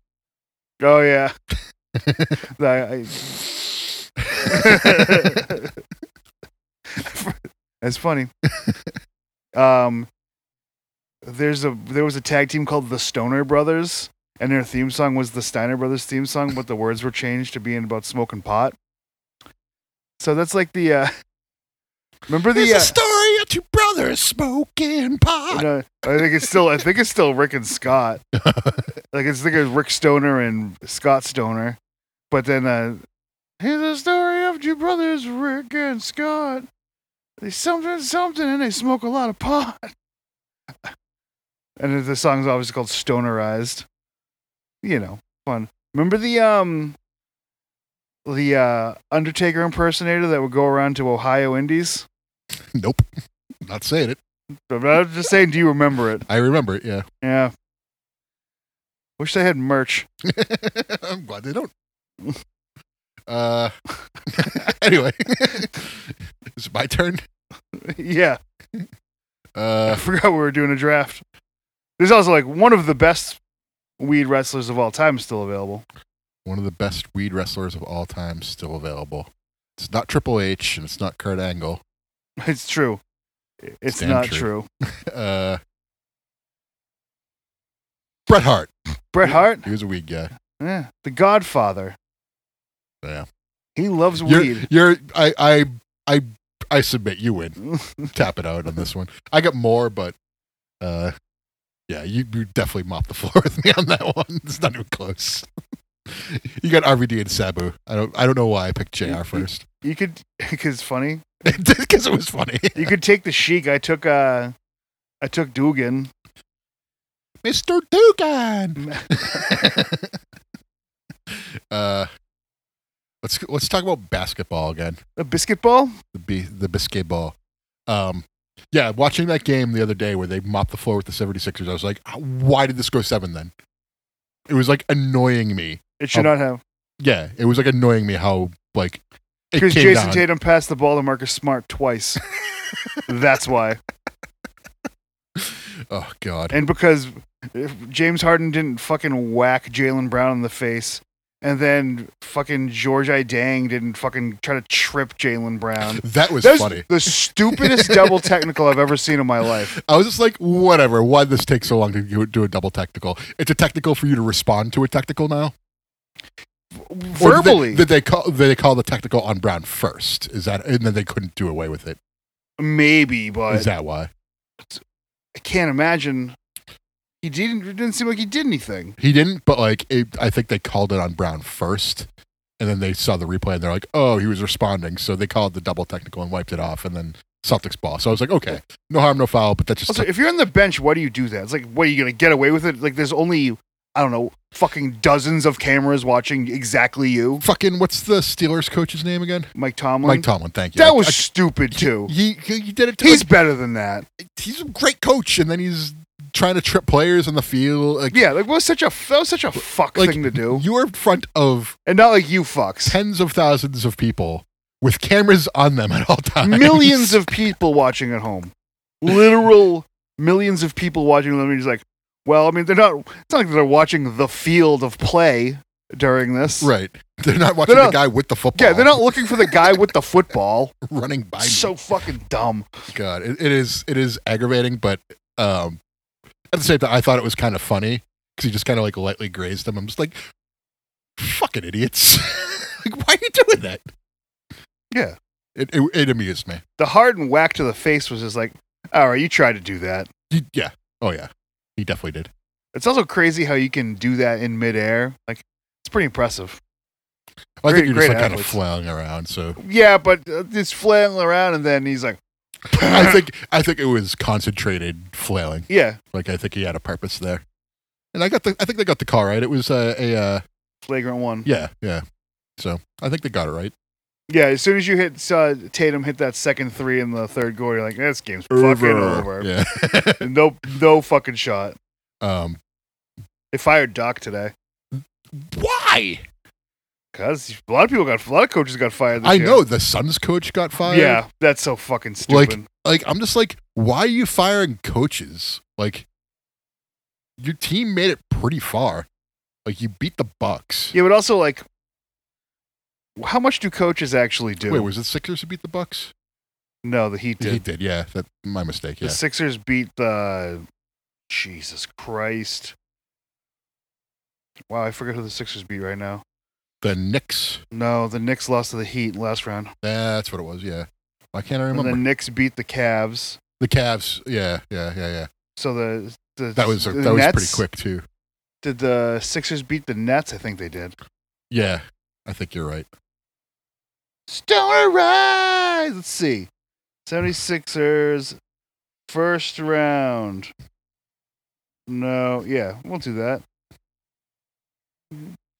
Oh
[LAUGHS]
yeah. I- I- That's funny. Um, there's a there was a tag team called the Stoner Brothers, and their theme song was the Steiner Brothers theme song, but the words were changed to being about smoking pot. So that's like the uh, [LAUGHS] remember
It's
the uh,
a story of two brothers smoking pot.
no, I think it's still I think it's still Rick and Scott. like it's I think it's Rick Stoner and Scott Stoner, but then uh, here's the story of two brothers, Rick and Scott. They something something and they smoke a lot of pot. [LAUGHS] And the song's obviously called Stonerized. You know, fun. Remember the um the uh Undertaker impersonator that would go around to Ohio Indies?
Nope, [LAUGHS] not saying it.
I'm just saying, do you remember it?
I remember it. Yeah, [LAUGHS]
Yeah. Wish they had merch. [LAUGHS]
I'm glad they don't. [LAUGHS] Uh, [LAUGHS] anyway, [LAUGHS] is it my turn?
yeah. [LAUGHS] I
Uh,
forgot we were doing a draft. There's also like one of the best weed wrestlers of all time still available. [LAUGHS]
one of the best weed wrestlers of all time still available. It's not Triple H and it's not Kurt Angle. [LAUGHS]
It's true. It's
Damn
not
true.
true.
Uh, Bret Hart.
Bret Hart?
He was a weed guy.
Yeah. The Godfather.
Yeah.
He loves
You're,
weed.
you're I, I, I, I submit you win. Tap it out on this one. I got more, but uh, yeah, you, you definitely mopped the [LAUGHS] floor with me on that one. It's not even close. you got RVD and Sabu. I don't, I don't know why I picked JR first [LAUGHS]
You could, [LAUGHS] because funny.
because it was funny. [LAUGHS]
You could take the Sheik. I took, uh, I took Dugan.
Mr. Dugan. [LAUGHS] uh, let's let's talk about basketball again.
A basketball?
The B, the biscuit ball. Um, yeah, watching that game the other day where they mopped the floor with the 76ers, I was like, "Ah, why did this go seven then? It was like annoying me.
It should
Oh.
not have.
Yeah, it was like annoying me how like it
Because
came
Jason
down.
Tatum passed the ball to Marcus Smart
[LAUGHS]
twice. That's why.
Oh god.
And because if James Harden didn't fucking whack Jalen Brown in the face, and then fucking George I. Dang didn't fucking try to trip Jalen
[LAUGHS]
Brown.
That was
That's
funny.
the
[LAUGHS]
stupidest double technical I've ever seen in my life.
I was just like, whatever. Why this take so long to do- do a double technical? It's a technical for you to respond to a technical now. Or did they-
Verbally,
did they call did they call the technical on Brown first? Is that and then they couldn't do away with it?
maybe, but
Is that why
I can't imagine. He didn't. It didn't seem like he did anything.
he didn't? But like, it, I think they called it on Brown first, and then they saw the replay and they're like, oh, he was responding, so they called the double technical and wiped it off, and then Celtics ball. So I was like, okay, no harm, no foul, but that's just
Also, if you're on the bench, why do you do that? It's like, what are you gonna get away with it? Like, there's only I don't know, fucking dozens of cameras watching exactly you,
fucking what's the Steelers coach's name again?
Mike Tomlin.
Mike Tomlin. Thank you.
that
I-
was
I-
stupid too.
He, he, he did it. To,
He's better than that.
he's a great coach, and then he's trying to trip players on the field. Like,
Yeah, like was such a that was such a fuck
Like-
thing to do,
you are in front of
and not like you
[LAUGHS]
fucks.
tens of thousands of people with cameras on them at all times.
Millions of people watching at home, literal millions of people watching. Let me just like, well, I mean, they're not. It's not like they're watching the field of play during this.
[LAUGHS] Right. They're not watching
They're not-
the guy with the football.
Yeah, they're not looking for the guy with the football.
[LAUGHS] running by. me.
so fucking dumb.
God, it, it is it is aggravating, but um, at the same time, I thought it was kind of funny because he just kind of like lightly grazed him. I'm just like, fucking idiots! [LAUGHS] like, why are you doing that?
Yeah.
It it, it amused me.
The hard and whack to the face was just like, all right, you tried to do that.
He- yeah. Oh yeah. He definitely did.
It's also crazy how you can do that in midair. Like, it's pretty impressive.
Well, I
Great-
think you're
great
just like, kind of
athletes.
flailing around.
[LAUGHS]
So
Yeah, but uh, it's flailing around, and then he's like,
I think I think it was concentrated flailing.
yeah,
Like I think he had a purpose there. And I got the I think they got the call right. It was uh, a uh,
flagrant one.
yeah yeah. So I think they got it right.
Yeah, as soon as you hit uh, Tatum hit that second three in the third goal, you're like, this game's fucking over.
Yeah. [LAUGHS]
No, no fucking shot.
um,
They fired Doc today
why?
because a lot of people got a lot of coaches got fired. This
I
year.
know the Suns coach got fired.
Yeah, that's so fucking
Like-
stupid.
Like I'm just like, why are you firing coaches? Like your team made it pretty far. Like you beat the Bucks.
yeah, but also like, how much do coaches actually do?
Wait, was it Sixers who beat the Bucks?
no, the Heat did.
He did, yeah. That my mistake.
The
Yeah.
Sixers beat the Jesus Christ. Wow, I forget who the Sixers beat right now.
The Knicks.
No, the Knicks lost to the Heat last round.
That's what it was, yeah. Why can't I remember?
And the Knicks beat the Cavs.
the Cavs, yeah, yeah, yeah, yeah.
So the, the
That was that
the
was pretty
Nets-
quick too.
Did the Sixers beat the Nets? I think they did.
Yeah. I think you're right.
Stoner rise. Let's see. 76ers first round. No, yeah, we'll do that.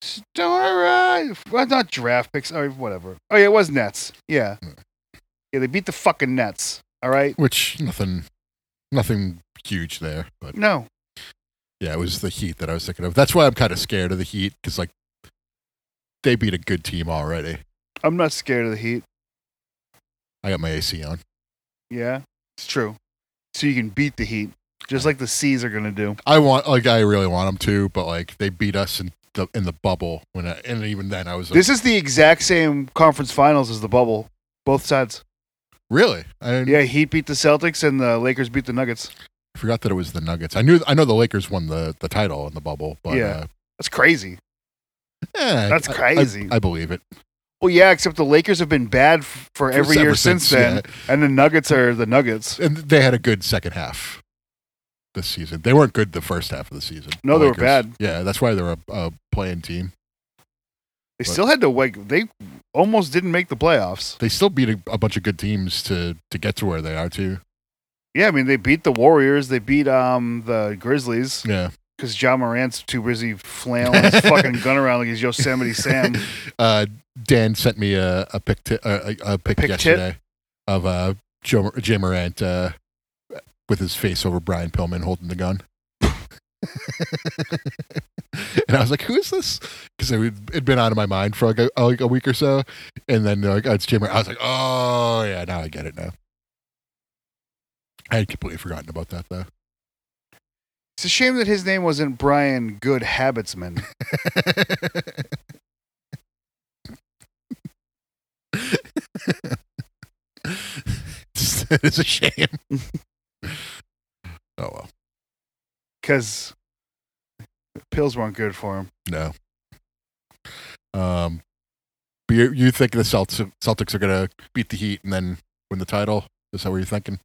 Stoner rise. Well, not draft picks. Or whatever. Oh yeah, it was Nets. Yeah.
Hmm.
Yeah, they beat the fucking Nets. All right.
Which nothing nothing huge there, but
No.
Yeah, it was the Heat that I was thinking of. That's why I'm kind of scared of the Heat because like they beat a good team already.
I'm not scared of the Heat.
I got my AC on.
Yeah. It's true. So you can beat the Heat. Just like the C's are gonna do.
I want like I really want them to, but like they beat us in the in the bubble when I, and even then I was like,
This is the exact same conference finals as the bubble. Both sides.
really I didn't-
Yeah, Heat beat the Celtics and the Lakers beat the Nuggets.
I forgot that it was the Nuggets. I knew I know the Lakers won the the title in the bubble, but
Yeah.
uh,
That's crazy.
eh,
That's
I- I-
crazy.
I, believe it
Well, yeah, except the Lakers have been bad f- for every
Ever
year since, then,
yeah.
and the Nuggets are the Nuggets.
And they had a good second half this season. They weren't good the first half of the season.
No,
The
they were
Lakers.
bad.
Yeah, that's why they're a, a playing team.
They
But-
still had to like they almost didn't make the playoffs.
they still beat a, a bunch of good teams to to get to where they are too.
Yeah, I mean they beat the Warriors, they beat um the Grizzlies
Yeah.
because John Morant's too busy flailing
[LAUGHS]
his fucking gun around like he's Yosemite Sam.
Uh, Dan sent me a a pic ti- uh, a, a pic,
pic
yesterday of uh Joe, Jay Morant uh, with his face over Brian Pillman holding the gun. [LAUGHS] and I was like, "Who is this?" Because it would- it'd been out of my mind for like a, like a week or so, and then they're like, oh, "It's Jay Morant." I was like, "Oh yeah, now I get it now." I had completely forgotten about that though.
It's a shame that his name wasn't Brian Good Habitsman.
[LAUGHS] it's a shame. oh well,
because pills weren't good for him.
no. Um, but you, you think the Celtics, Celtics are gonna beat the Heat and then win the title? Is that what you're thinking?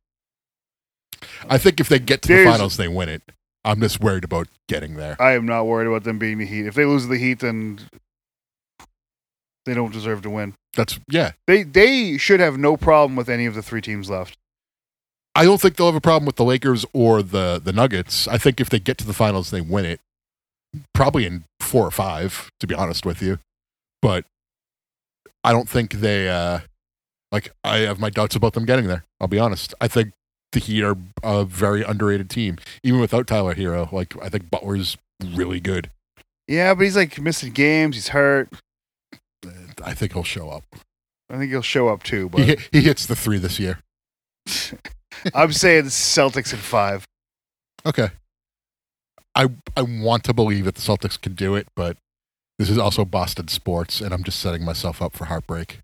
I think if they get to
There's-
the finals, they win it. I'm just worried about getting there.
I am not worried about them being the Heat. If they lose to the Heat, then they don't deserve to win.
That's yeah.
They they should have no problem with any of the three teams left.
I don't think they'll have a problem with the Lakers or the the Nuggets. I think if they get to the finals, they win it, probably in four or five. To be honest with you, but I don't think they uh, like. I have my doubts about them getting there. I'll be honest. I think the Heat are a very underrated team, even without Tyler Hero. Like I think Butler's really good.
Yeah, but he's like missing games. He's hurt.
I think he'll show up.
I think he'll show up too.
[LAUGHS] He,
But
hit- he hits the three this year.
I'm saying Celtics in five.
Okay. I I want to believe that the Celtics can do it, but this is also Boston sports, and I'm just setting myself up for heartbreak.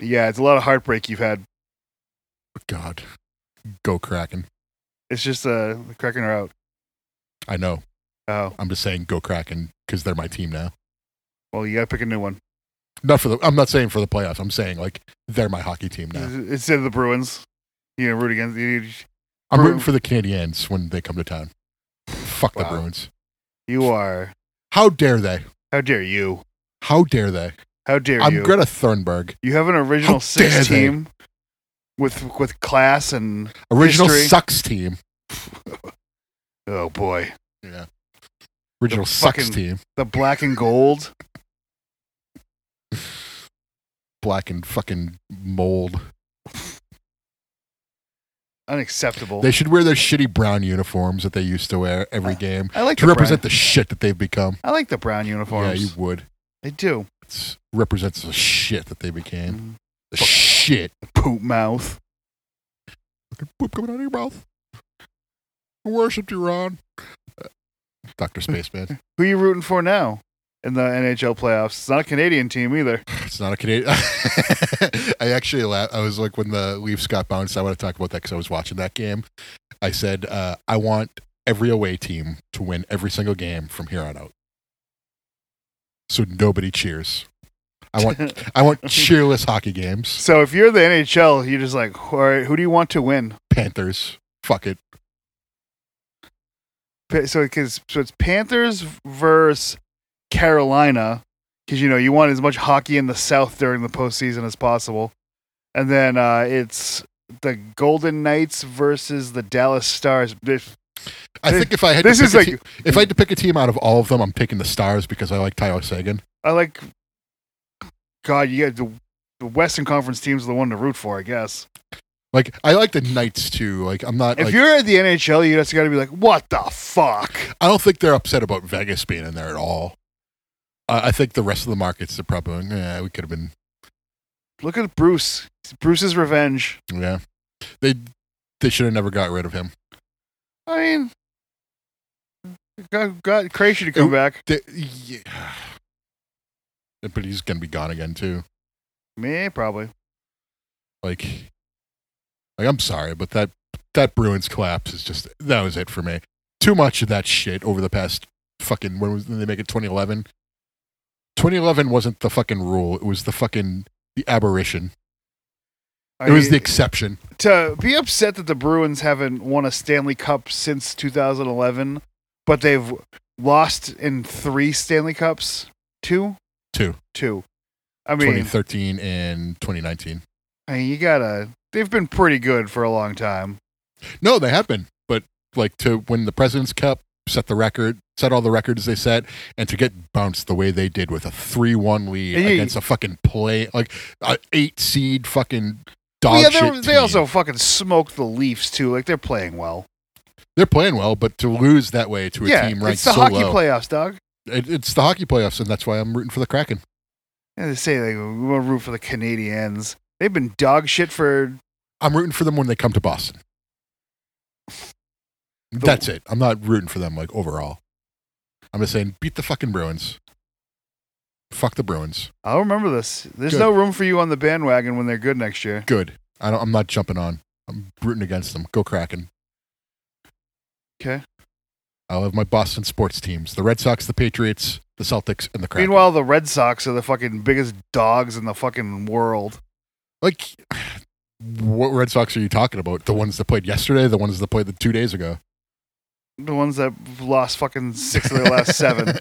Yeah, it's a lot of heartbreak you've had.
God, go Kraken!
It's just uh, cracking her out.
I know.
Oh
I'm just saying go Kraken because they're my team now.
well, you gotta pick a new one.
Not for the. I'm not saying for the playoffs. I'm saying like they're my hockey team now.
Instead of the Bruins, you know, root against. You,
I'm rooting
Bruins.
for the Canadiens when they come to town. Fuck the
Wow.
Bruins!
you are.
How dare they?
How dare you?
How dare they?
How dare
I'm
you?
Greta Thunberg.
You have an original
How dare
six
they.
team with with class and
Original
History.
sucks team.
oh boy,
Yeah. Original
The
sucks
fucking-
team.
the black and gold.
black and fucking mold.
Unacceptable.
They should wear their shitty brown uniforms that they used to wear every game
I like
to
the
represent the shit that they've become.
brown. I like the brown
Yeah,
uniforms.
you would.
I do.
It's, represents the shit that they became.
Mm,
The shit.
Poop mouth.
Fucking poop coming out of your mouth. I worshipped you, Ron. Uh,
[LAUGHS]
Dr. Spaceman.
Who you rooting for now in the NHL playoffs? It's not a Canadian team either. [LAUGHS]
it's not a Canadian. [LAUGHS] I actually laughed. I was like, when the Leafs got bounced, I want to talk about that because I was watching that game. I said, uh, I want every away team to win every single game from here on out. So nobody cheers.
[LAUGHS]
I want I want cheerless hockey games.
so if you're the NHL, you're just like, all right, who do you want to win?
Panthers. Fuck it.
Pa- so because so it's Panthers versus Carolina because you know you want as much hockey in the South during the postseason as possible, and then uh, it's the Golden Knights versus the Dallas Stars. This,
I
This-
think if I had
this
to pick
is
a
like
te- if I had to pick a team out of all of them, I'm taking the Stars because I like Tyler Sagan.
I like. God, you got the, the Western Conference teams are the one to root for, I guess.
Like I like the Knights too. Like I'm not.
If
Like,
you're at the NHL, you just got to be like, what the fuck?
I don't think they're upset about Vegas being in there at all. Uh, I think the rest of the markets are probably. Yeah, we could have been.
Look at Bruce. It's Bruce's revenge.
Yeah, they they should have never got rid of him.
I mean, got got crazy to come
It-
back.
They- yeah. But he's gonna be gone again too.
Me probably.
Like, like I'm sorry, but that that Bruins collapse is just that was it for me. Too much of that shit over the past fucking when was did they make it 2011? 2011 wasn't the fucking rule. It was the fucking the aberration.
I
It was
mean,
the exception.
to be upset that the Bruins haven't won a Stanley Cup since 2011, but they've lost in three Stanley Cups. Two,
Two.
two. I mean,
2013 and 2019.
I mean, you gotta. They've been pretty good for a long time.
No, they have been, but like to win the President's Cup, set the record, set all the records they set, and to get bounced the way they did with a three-one lead
Yeah, yeah,
against a fucking play like a eight seed fucking dog
Well, yeah,
shit.
they're- they
team.
also fucking smoked the Leafs too. Like they're playing well.
they're playing well, but to lose that way to a
yeah,
team ranked
it's the
so
hockey
low,
playoffs, dog.
it, it's the hockey playoffs, and that's why I'm rooting for the Kraken.
And they say like we want to root for the Canadians. They've been dog shit for.
I'm rooting for them when they come to Boston. That's it. I'm not rooting for them like overall. I'm just saying, beat the fucking Bruins. Fuck the Bruins.
I'll remember this. There's
Good.
no room for you on the bandwagon when they're good next year.
Good. I don't, I'm not jumping on. I'm rooting against them. Go Kraken.
Okay.
I love my Boston sports teams: the Red Sox, the Patriots, the Celtics, and the Kraken.
Meanwhile, the Red Sox are the fucking biggest dogs in the fucking world.
like, what Red Sox are you talking about? The ones that played yesterday, the ones that played the two days ago.
The ones that lost fucking six of their last
[LAUGHS]
seven.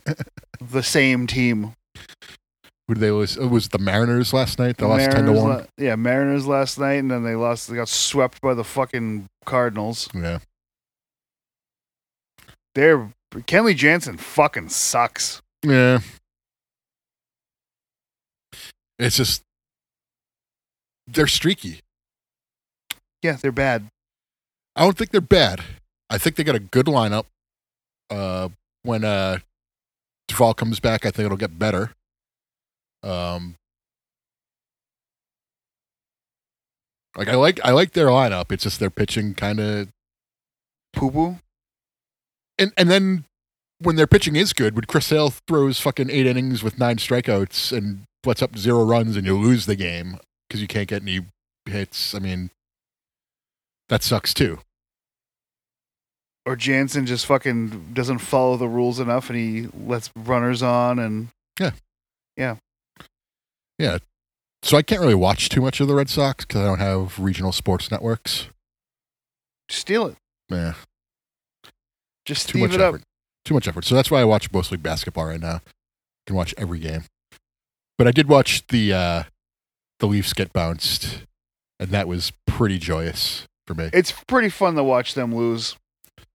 The same team.
Who did they lose? It was the Mariners last night. They lost ten to one.
la- yeah, Mariners last night, and then they lost. They got swept by the fucking Cardinals.
yeah.
They're Kenley Jansen fucking sucks.
Yeah. It's just they're streaky.
Yeah, they're bad.
I don't think they're bad. I think they got a good lineup. Uh, when uh, Duvall comes back, I think it'll get better. Um, like I like I like their lineup. It's just their pitching kind of
Poo poo.
and and then when their pitching is good, when Chris Sale throws fucking eight innings with nine strikeouts and lets up zero runs, and you lose the game because you can't get any hits. I mean, that sucks too.
Or Jansen just fucking doesn't follow the rules enough, and he lets runners on, and
So I can't really watch too much of the Red Sox because I don't have regional sports networks.
steal it.
Yeah,
Just
too
steal
much
it
effort.
up.
Too much effort. So that's why I watch mostly basketball right now. can watch every game, but I did watch the uh, the Leafs get bounced, and that was pretty joyous for me.
It's pretty fun to watch them lose.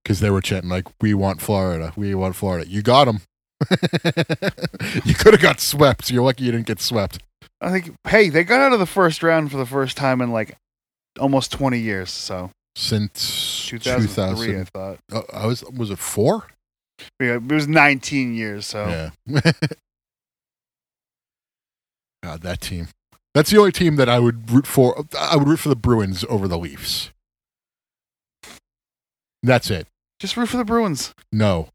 because they were chanting like, "We want Florida, we want [LAUGHS] Florida." You got them. you could have got swept. You're lucky you didn't get swept.
I think, hey, they got out of the first round for the first time in like almost 20 years. So
since
2003,
2000.
I thought.
Oh, I was was it four?
Yeah, It was 19 years. So
Yeah. [LAUGHS] God, that team. That's the only team that I would root for. I would root for the Bruins over the Leafs. That's it.
just root for the Bruins.
No.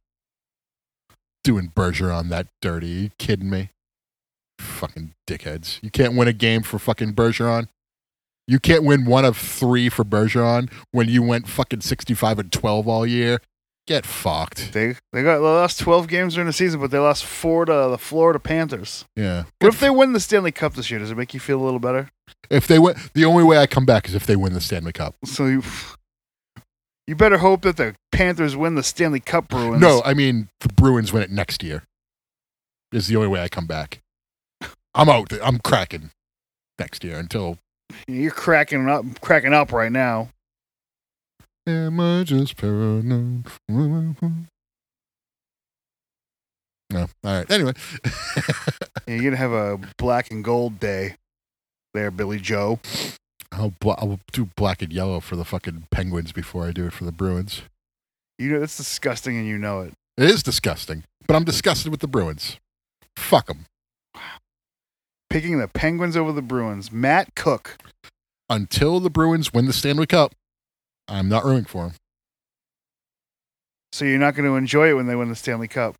Doing Bergeron that dirty. Are you kidding me? Fucking dickheads. You can't win a game for fucking Bergeron. You can't win one of three for Bergeron when you went fucking 65 and 12 all year. Get fucked.
They they got they lost 12 games during the season, but they lost four to the Florida Panthers.
Yeah.
What if they win the Stanley Cup this year? Does it make you feel a little better?
If they win, the only way I come back is if they win the Stanley Cup.
So you, you better hope that the Panthers win the Stanley Cup. Bruins.
No, I mean the Bruins win it next year. Is the only way I come back. I'm out. I'm cracking next year until.
you're cracking up, cracking up right now.
Am I just paranoid? No. All right. Anyway, [LAUGHS]
You're gonna have a black and gold day, there, Billy Joe.
I'll bla- I'll do black and yellow for the fucking Penguins before I do it for the Bruins.
You know that's disgusting, and you know it.
It is disgusting, but I'm disgusted with the Bruins. Fuck them
Picking the Penguins over the Bruins. Matt Cook.
until the Bruins win the Stanley Cup. I'm not rooting for them.
So you're not going to enjoy it when they win the Stanley Cup.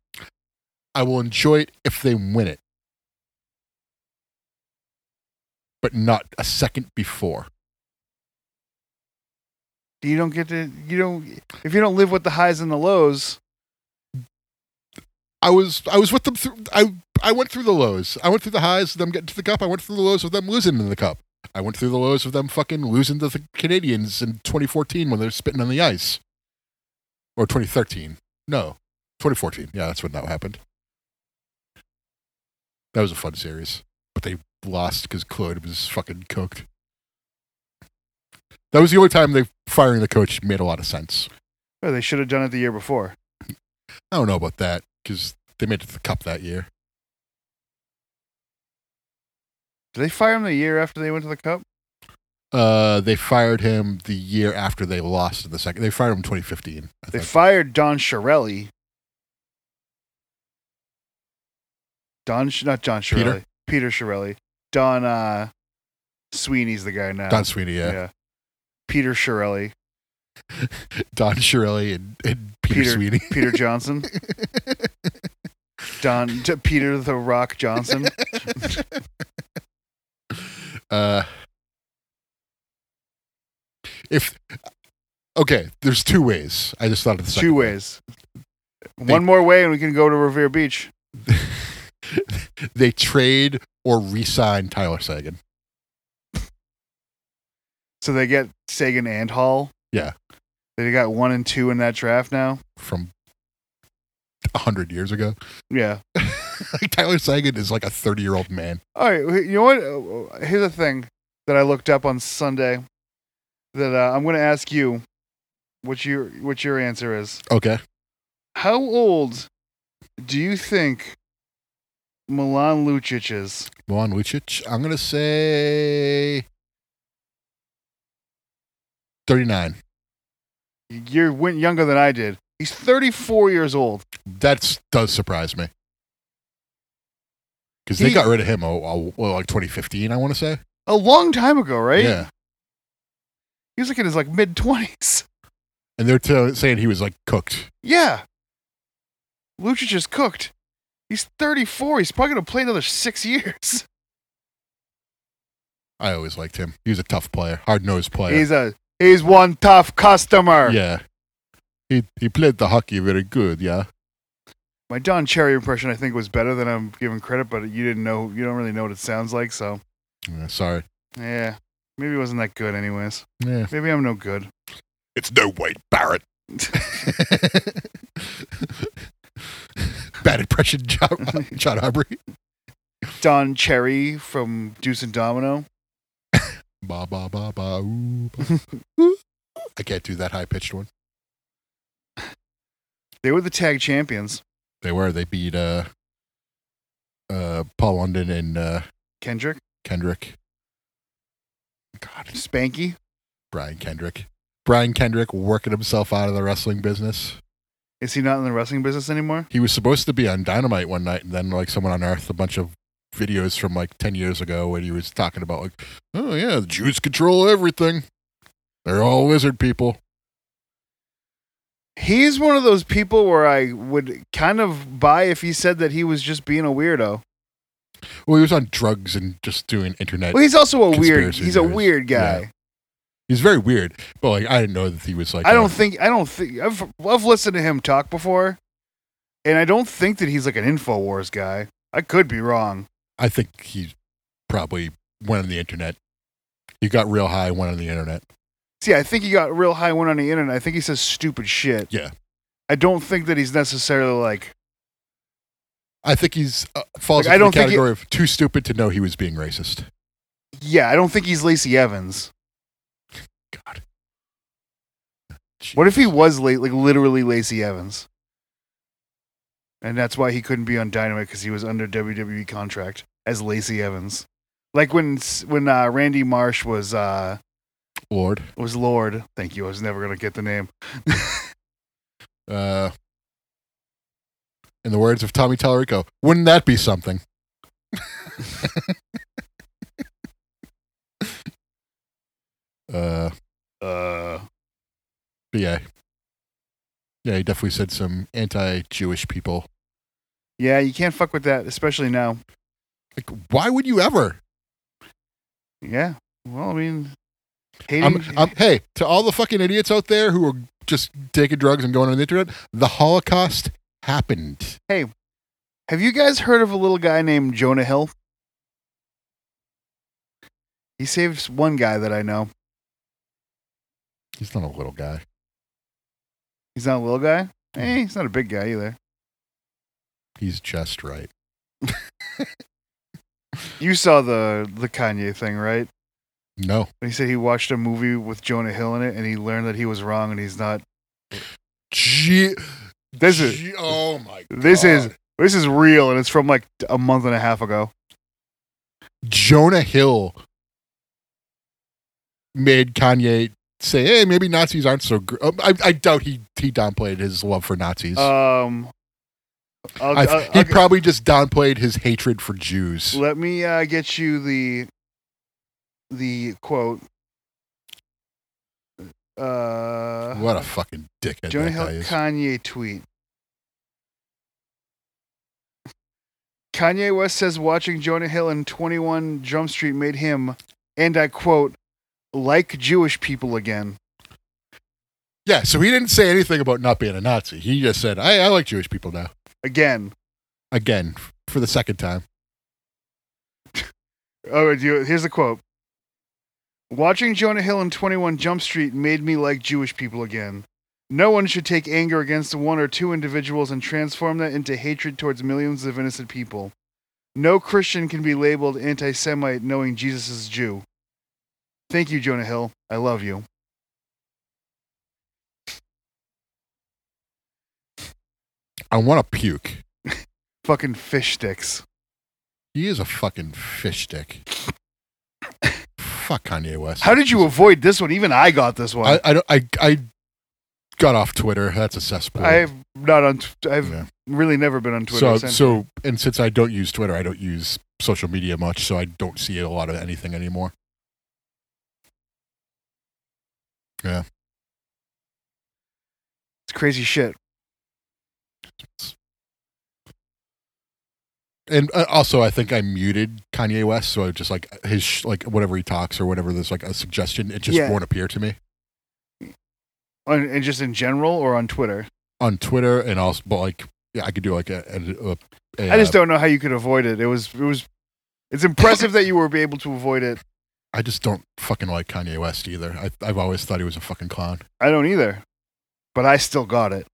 I will enjoy it if they win it, but not a second before.
You don't get to. You don't. If you don't live with the highs and the lows,
I was I was with them through. I I went through the lows. I went through the highs of them getting to the cup. I went through the lows of them losing in the cup. I went through the lows of them fucking losing to the Canadians in 2014 when they're spitting on the ice, or 2013. No, 2014. Yeah, that's when that happened. That was a fun series, but they lost because Claude was fucking cooked. That was the only time they firing the coach made a lot of sense.
oh, they should have done it the year before.
I don't know about that because they made it to the cup that year.
Did they fire him the year after they went to the Cup?
Uh, they fired him the year after they lost in the second. They fired him in 2015. I
They
think.
fired Don Shirelli. Don, Sh- not Don
Peter?
Shirelli. Peter Shirelli. Don uh, Sweeney's the guy now.
Don Sweeney, yeah.
Peter Shirelli.
Don Shirelli and, and Peter,
Peter- [LAUGHS]
Sweeney. [LAUGHS]
Peter Johnson. Don T- Peter the Rock Johnson.
uh, if okay, there's two ways. I just thought of the second
Two
way.
ways. One more way, and we can go to Revere Beach.
They trade or re-sign Tyler Sagan.
So they get Sagan and Hall.
Yeah.
They got one and two in that draft now.
from a hundred years ago. [LAUGHS]
Yeah.
Like Tyler Sagan is like a thirty-year-old man.
All right. wh- You know what? Uh, Here's a thing that I looked up on Sunday that uh, I'm going to ask you what your what your answer is.
Okay,
How old do you think Milan Lucic is?
Milan Lucic. I'm gonna say thirty-nine.
You're went younger than I did. He's 34 years old.
That does surprise me because they
He-
got rid of him. Oh, oh, well, like 2015, I want to say.
A long time ago, right?
Yeah,
He was like in his like mid 20s.
and they're t- saying he was like cooked.
Yeah. Lucic is cooked. He's 34. He's probably going to play another six [LAUGHS] years.
I always liked him. He was a tough player, hard-nosed player.
He's a he's one tough customer.
Oh, yeah, he he played the hockey very good. Yeah,
My Don Cherry impression, I think, was better than I'm giving credit, but you didn't know, you don't really know what it sounds like, so
Yeah, sorry.
yeah, maybe it wasn't that good, anyways.
Yeah,
Maybe I'm no good.
it's no Wade Barrett. [LAUGHS] Bad impression, John, John Aubrey.
Don Cherry from Deuce and Domino.
Ba ba ba ba. Ooh, ba. Ooh. I can't do that high pitched one.
They were the tag champions.
They were. They beat uh, uh, Paul London and uh,
Kendrick,
Kendrick. God,
Spanky.
Brian Kendrick. Brian Kendrick working himself out of the wrestling business.
Is he not in the wrestling business anymore?
He was supposed to be on Dynamite one night, and then like someone unearthed a bunch of videos from like ten years ago when he was talking about like, oh yeah, the Jews control everything. They're all lizard people.
He's one of those people where I would kind of buy if he said that he was just being a weirdo.
Well, he was on drugs and just doing internet.
Well, he's also a weird.
Conspiracy
He's a
theorist.
weird guy.
Yeah. He's very weird, but like I didn't know that he was like.
I
a-
don't think. I don't think. I've I've listened to him talk before, and I don't think that he's like an Infowars guy. I could be wrong.
I think he probably went on the internet. He got real high, went on the internet.
See, I think he got real high one on the internet. I think he says stupid shit.
Yeah.
I don't think that he's necessarily like.
I think he's uh, falls
Like, I
into
don't
the
think he-
category of too stupid to know he was being racist.
Yeah, I don't think he's Lacey Evans.
God.
What if he was late, like literally Lacey Evans? And that's why he couldn't be on Dynamite because he was under WWE contract as Lacey Evans. Like when s- when uh, Randy Marsh was uh,
Lord?
was Lord. Thank you. I was never gonna get the name.
Uh, in the words of Tommy Tallarico, wouldn't that be something? [LAUGHS] uh,
Uh,
but yeah, yeah, he definitely said some anti-Jewish people.
yeah, you can't fuck with that, especially now.
Like, why would you ever?
Yeah. Well, I mean, hating.
I'm, I'm, hey, to all the fucking idiots out there who are just taking drugs and going on the internet, the Holocaust happened.
Have you guys heard of a little guy named Jonah Hill? He saves one guy that I know.
He's not a little guy.
He's not a little guy. Eh, he's not a big guy either.
He's just right.
You saw the the Kanye thing, right?
No,
He said he watched a movie with Jonah Hill in it, and he learned that he was wrong, and he's not.
Gee,
This is
gee- oh my. God.
this is this is real, and it's from like a month and a half ago.
Jonah Hill made Kanye say, "Hey, maybe Nazis aren't so." Gr-. Um, I, I doubt he he downplayed his love for Nazis.
Um, I'll,
I-
I'll-
he
I'll-
probably just downplayed his hatred for Jews.
let me uh, get you the the quote. Uh,
what a fucking dickhead
Jonah
that
Hill
guy is.
Kanye tweet. Kanye West says watching Jonah Hill in 21 Jump Street made him, and I quote, like Jewish people again.
Yeah, so he didn't say anything about not being a Nazi. He just said, I, I like Jewish people now.
Again.
Again, f- for the second time.
Oh, do you, here's a quote. Watching Jonah Hill in 21 Jump Street made me like Jewish people again. No one should take anger against one or two individuals and transform that into hatred towards millions of innocent people. No Christian can be labeled anti Semite knowing Jesus is Jew. Thank you, Jonah Hill. I love you.
I want to puke.
Fucking fish sticks.
He is a fucking fish stick. Fuck Kanye West.
How did you avoid this one? Even I got this one.
I, I, don't- I, I got off Twitter. That's a cesspool.
I, have not on. T- I've
Yeah.
really never been on Twitter.
so,
since.
so, and since I don't use Twitter, I don't use social media much, so I don't see a lot of anything anymore.
it's crazy shit.
and uh, also I think I muted Kanye West, so I just like his sh- like whatever he talks or whatever there's like a suggestion, it just
Yeah.
won't appear to me
On, and just in general or on Twitter?
on Twitter and also, but like yeah, I could do like a. a, a- a- uh,
I just don't know how you could avoid it. It was it was it's impressive that you were able to avoid it.
I just don't fucking like Kanye West either. I, I've always thought he was a fucking clown.
I don't either. But I still got it.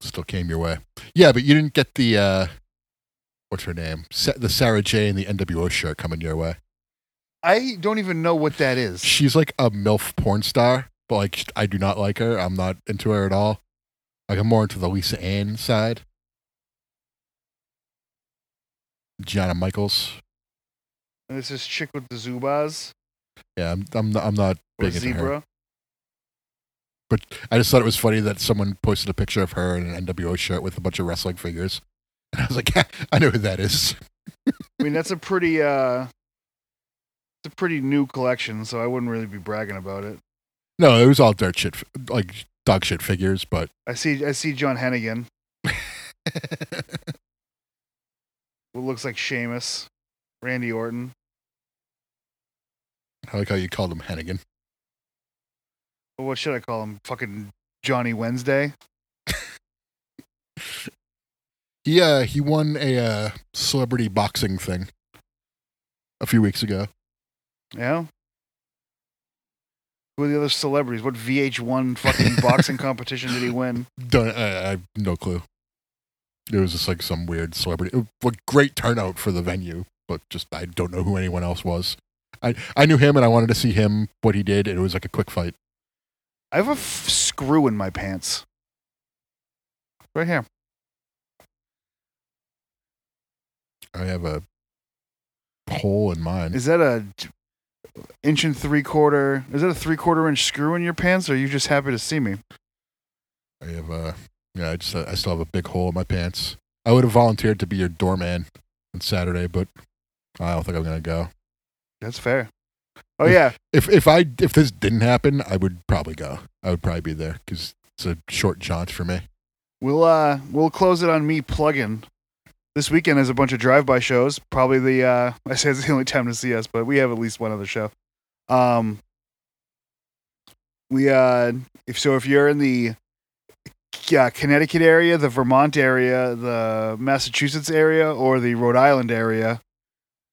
Still came your way, yeah, but you didn't get the uh what's her name, Sa- the Sarah J and the NWO shirt coming your way.
I don't even know what that is.
She's like a milf porn star, but like I do not like her. I'm not into her at all. Like I'm more into the Lisa Ann side. Gianna Michaels.
And this is chick with the Zubaz
Yeah, I'm I'm not, I'm not
or
big into her.
zebra.
But I just thought it was funny that someone posted a picture of her in an NWO shirt with a bunch of wrestling figures. [LAUGHS] And I was like, I know who that is. [LAUGHS]
I mean, that's a pretty uh, it's a pretty new collection, so I wouldn't really be bragging about it.
No, it was all dirt shit, like dog shit figures, but
I see, I see John Hennigan, who looks like Sheamus, Randy Orton.
I like how you called him Hennigan.
Or what should I call him? Fucking Johnny Wednesday.
He, uh, he won a uh, celebrity boxing thing a few weeks ago.
Yeah. Who are the other celebrities? What VH1 fucking boxing competition did he win?
Don't, I, I have no clue. It was just like some weird celebrity. It was a great turnout for the venue, but just I don't know who anyone else was. I, I knew him and I wanted to see him, what he did, and it was like a quick fight.
I have a f- screw in my pants. Right here.
I have a hole in mine.
Is that a t- inch and three quarter? Is that a three quarter inch screw in your pants? Or are you just happy to see me?
I have a yeah. I just I still have a big hole in my pants. I would have volunteered to be your doorman on Saturday, but I don't think I'm gonna go.
That's fair. Oh yeah,
If if I if this didn't happen, I would probably go. I would probably be there because it's a short jaunt for me.
we'll uh we'll close it on me plugging. This weekend is a bunch of drive-by shows. Probably the uh [LAUGHS] I say it's the only time to see us, but we have at least one other show. Um, we uh if so if you're in the uh, Connecticut area, the Vermont area, the Massachusetts area, or the Rhode Island area,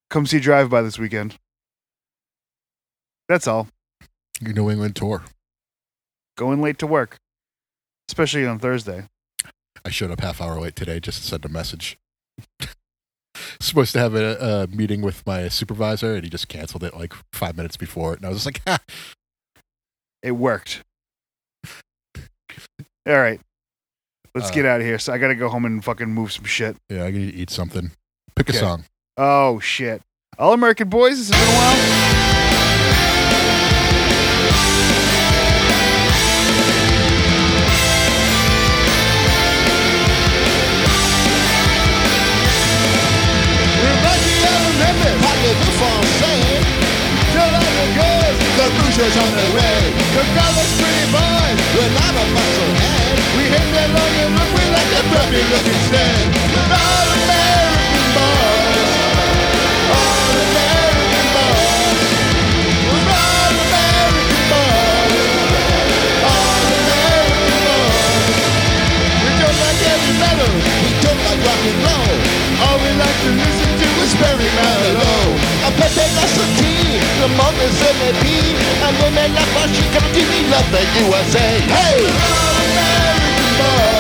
come see Drive By this weekend. That's all.
Your New England tour.
Going late to work, especially on Thursday.
I showed up half hour late today just to send a message. [LAUGHS] Supposed to have a, a meeting with my supervisor, and he just canceled it like five minutes before. it. And I was just like, ha,
It worked. All right. Let's
Uh,
get out of here. So I got to go home and fucking move some shit.
yeah, I need to eat something. Pick a
Okay.
song.
Oh, shit. All American Boys, this has been a while.
Cruisers on the road, the college pretty boys with lot of muscle head. We hit that long and look, we like a puppy looking stand. We're all American boys, all American boys. We're all American boys, all American boys. We don't like heavy metal, we don't like rock and roll. All we like to listen to is Barry Manilow. I bet they got some tea, the mothers and the pee, and women like Washington, give me love the USA. Hey! American boy.